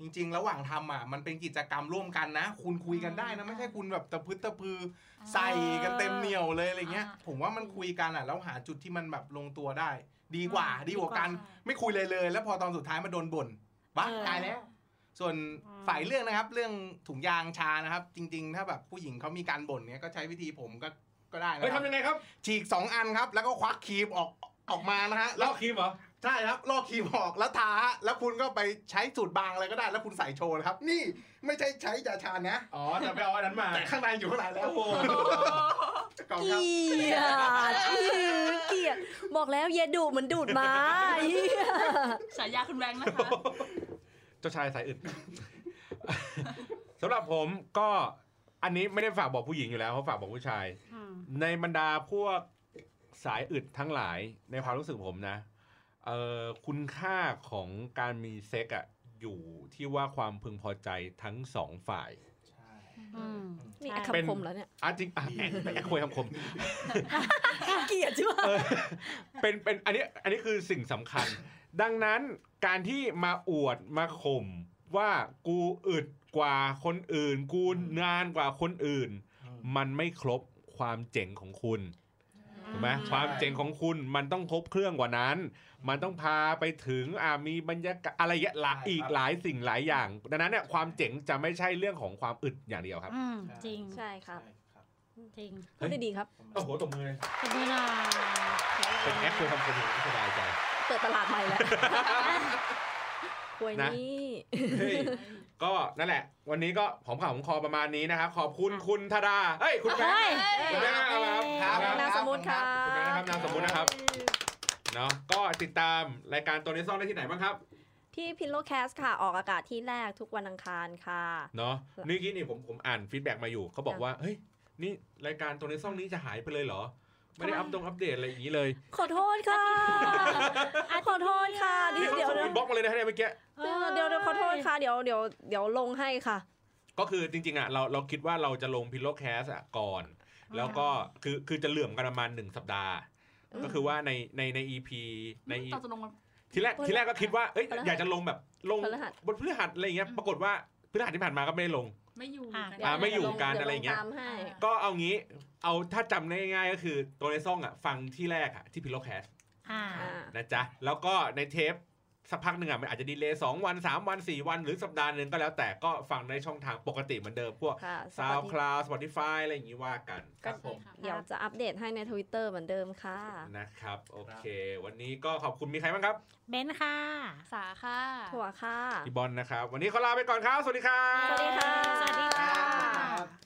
S5: จริง ๆ ระหว่างทำอ่ะมันเป็นกิจกรรมร่วมกันนะ คุณคุยกันได้นะ ไม่ใช่คุณแบบตะพึดตะพือ ใส่กันเต็มเหนียวเลยอะไรเงี้ย
S4: อ่า
S5: ผมว่ามันคุยกันอ่ะแล้วหาจุดที่มันแบบลงตัวได้ ดีกว่า
S3: อืม
S5: ดี
S3: ดี
S5: กว่า
S3: กว่า
S5: กันไม่คุยเลยเลย แล้วพอตอนสุดท้ายมาโดนบ่นบ้า
S3: เออ
S5: ตายแล้ว ส่วน
S3: อืม
S5: ฝ่ายเรื่องนะครับ เรื่องถุงยางชานะครับ จริง ๆ ถ้าแบบผู้หญิงเขามีการบ่นเนี้ยก็ใช้วิธีผมก็ก็ได้นะ
S6: เฮ้ย
S5: ครับ
S6: ทำยังไงครับ
S5: ฉีกสองอันครับ แล้วก็ควักครีมออกออกมานะฮะแล้
S6: ล
S5: ว
S6: อกครีมเหรอ
S5: ใช่ครับลอกครีมออกแล้วทาฮะแล้วคุณก็ไปใช้สูตรบางอะไรก็ได้ แล้วคุณใส่โชว์นะครับ นี่ไม่ใช่ใช้ยาชานะ
S6: อ๋อแต่ไปเอาอันนั้นมา
S5: แต่ข้างในอยู่ข้างในแล้ว
S6: โอ้โห
S5: ขอบคุณครับ
S2: เกลียดอื้อเกลียดบอกแล้วอย่าดูดเหมือนดูดหมาเหี้ย
S4: ฉายาคุณแบงค์นะคะ
S1: เจ้าชายสายอึด สำหรับผมก็อันนี้ไม่ได้ฝากบอกผู้หญิงอยู่แล้วเขาฝากบอกผู้ชาย
S3: อืม
S1: ในบรรดาพวกสายอึดทั้งหลายในความรู้สึกผมนะเอ่อคุณค่าของการมีเซ็กอะอยู่ที่ว่าความพึงพอใจทั้งสองฝ่าย
S3: อืม
S2: นี่
S3: ใช่
S2: คำคมแล้วเนี่ย
S1: อ่ะจริงอ่ะแอบแอบคุยคำคม
S2: เกลียดใช่ไหม
S1: เออเป็นเป็นอันนี้อันนี้คือสิ่งสำคัญ ดังนั้นการที่มาอวดมาข่มว่ากูอึดกว่าคนอื่น กูนานกว่าคนอื่น มันไม่ครบความเจ๋งของคุณถูกไหมความเจ๋งของคุณมันต้องครบเครื่องกว่านั้น มันต้องพาไปถึงอ่ามีบรรยากาศอะไรเยอะหละ
S5: ใช่
S1: อีก
S5: ครับ
S1: หลายสิ่งหลายอย่าง ดังนั้นเนี่ยความเจ๋งจะไม่ใช่เรื่องของความอึดอย่างเดียวครับ
S3: อืมจริง
S2: ใช่ครับ
S3: จริง
S2: พูดดีๆครับ
S6: โอ้โหตบมือเลย
S3: ขอบคุณนะ
S1: เป็นแอคคุยคำคมที่สบายใจ
S2: เปิดตลาดใหม่แล้วควยนี่
S1: เฮ้ยก็นั่นแหละ วันนี้ก็หอมข่าวหอมคอประมาณนี้นะครับ ขอบคุณคุณธดาเฮ้ย คุณแบงค์
S5: คุณแม่เอาละครับ
S2: ขอบคุณนามสมมุติครับ
S1: ขอบคุณนะครับนามสมมุตินะครับ เนาะก็ติดตามรายการตัวในซ่องได้ที่ไหนบ้างครับ
S2: ที่พิ l โลแคสค่ะ ออกอากาศที่แรกทุกวันอังคารค่ะ
S1: เนาะนี่กี้นี่ผมผมอ่านฟีดแบ็กมาอยู่เขาบอกว่า เฮ้ย นี่รายการตัวในซ่องนี้จะหายไปเลยเหรอ ไม่ได้อัปตรงอัปเดตอะไรอย่างนี้เลย
S2: ขอโทษค่ะ ขอโทษค่ะเดี๋
S1: นี่
S2: ยว
S1: เขา
S2: เดี๋
S1: ส่
S2: ยว
S1: งอินบ็อกซ์มาเลยนะเนี่ยเมื่อกี้
S2: เดี๋ยวเดี๋ยวเดี๋ยวขอโทษค่ะ เดี๋ยวเดี๋ยวเดี๋ยวลงให้ค่ะ
S1: ก็คือจริงๆอ่ะเราเราคิดว่าเราจะลงพิลโลแคสอ่ะก่อน แล้วก็คือคือจะเหลื่อมกันประมาณหนึ่งสัปดาห์ ก็คือว่าในในใน EP ใน
S4: เราจะลงวัน
S1: ทีแรก
S2: พฤหัส
S1: ทีแรกก็คิดว่าเอ้ย
S2: พฤหัส
S1: อยากจะลงแบบลง
S2: พฤหัส
S1: บนพฤหัสอะไรอย่างเงี้ย
S4: อืม
S1: ปรากฏว่าพฤหัสที่ผ่านมาก็ไม่ได้ลง
S4: ไม่อยู่
S3: อ่ะ
S4: กัน
S1: อ่ะไม่อยู่กัน
S2: ดี๋ว
S1: อะไรเงี้ย
S2: ตามให้
S1: ก็เอางี้เอาถ้าจำได้ง่ายๆก็คือตัวในซ่องอ่ะฟังที่แรกอ่ะที่พิโลแคส
S3: อ่า
S1: นะจ๊ะ แล้วก็ในเทปสักพักหนึ่งอ่ะมันอาจจะดีเลย์สองวัน 3 วัน 4 วันหรือสัปดาห์หนึ่งก็แล้วแต่ก็ฟังในช่องทางปกติเหมือนเดิมพวก
S2: ค่ะ
S1: ซาว
S2: Spotify
S1: คลาวสปอติฟายอะไรอย่างงี้ว่ากัน
S5: ครับผม
S2: เดี๋ยวจะอัปเดตให้ใน Twitter เหมือนเดิมค่ะ
S1: นะครับ โอเค วันนี้ก็ขอบคุณมีใครบ้างครับ
S3: เบนซ์ค่ะ
S4: สาค่ะ
S2: ถั่วค่ะ
S1: พี่บอลนะครับ วันนี้ขอลาไปก่อนครับสวัสดีครับ
S2: สวัสดีค่ะ
S3: สวัสดีค่ะ
S5: ครับ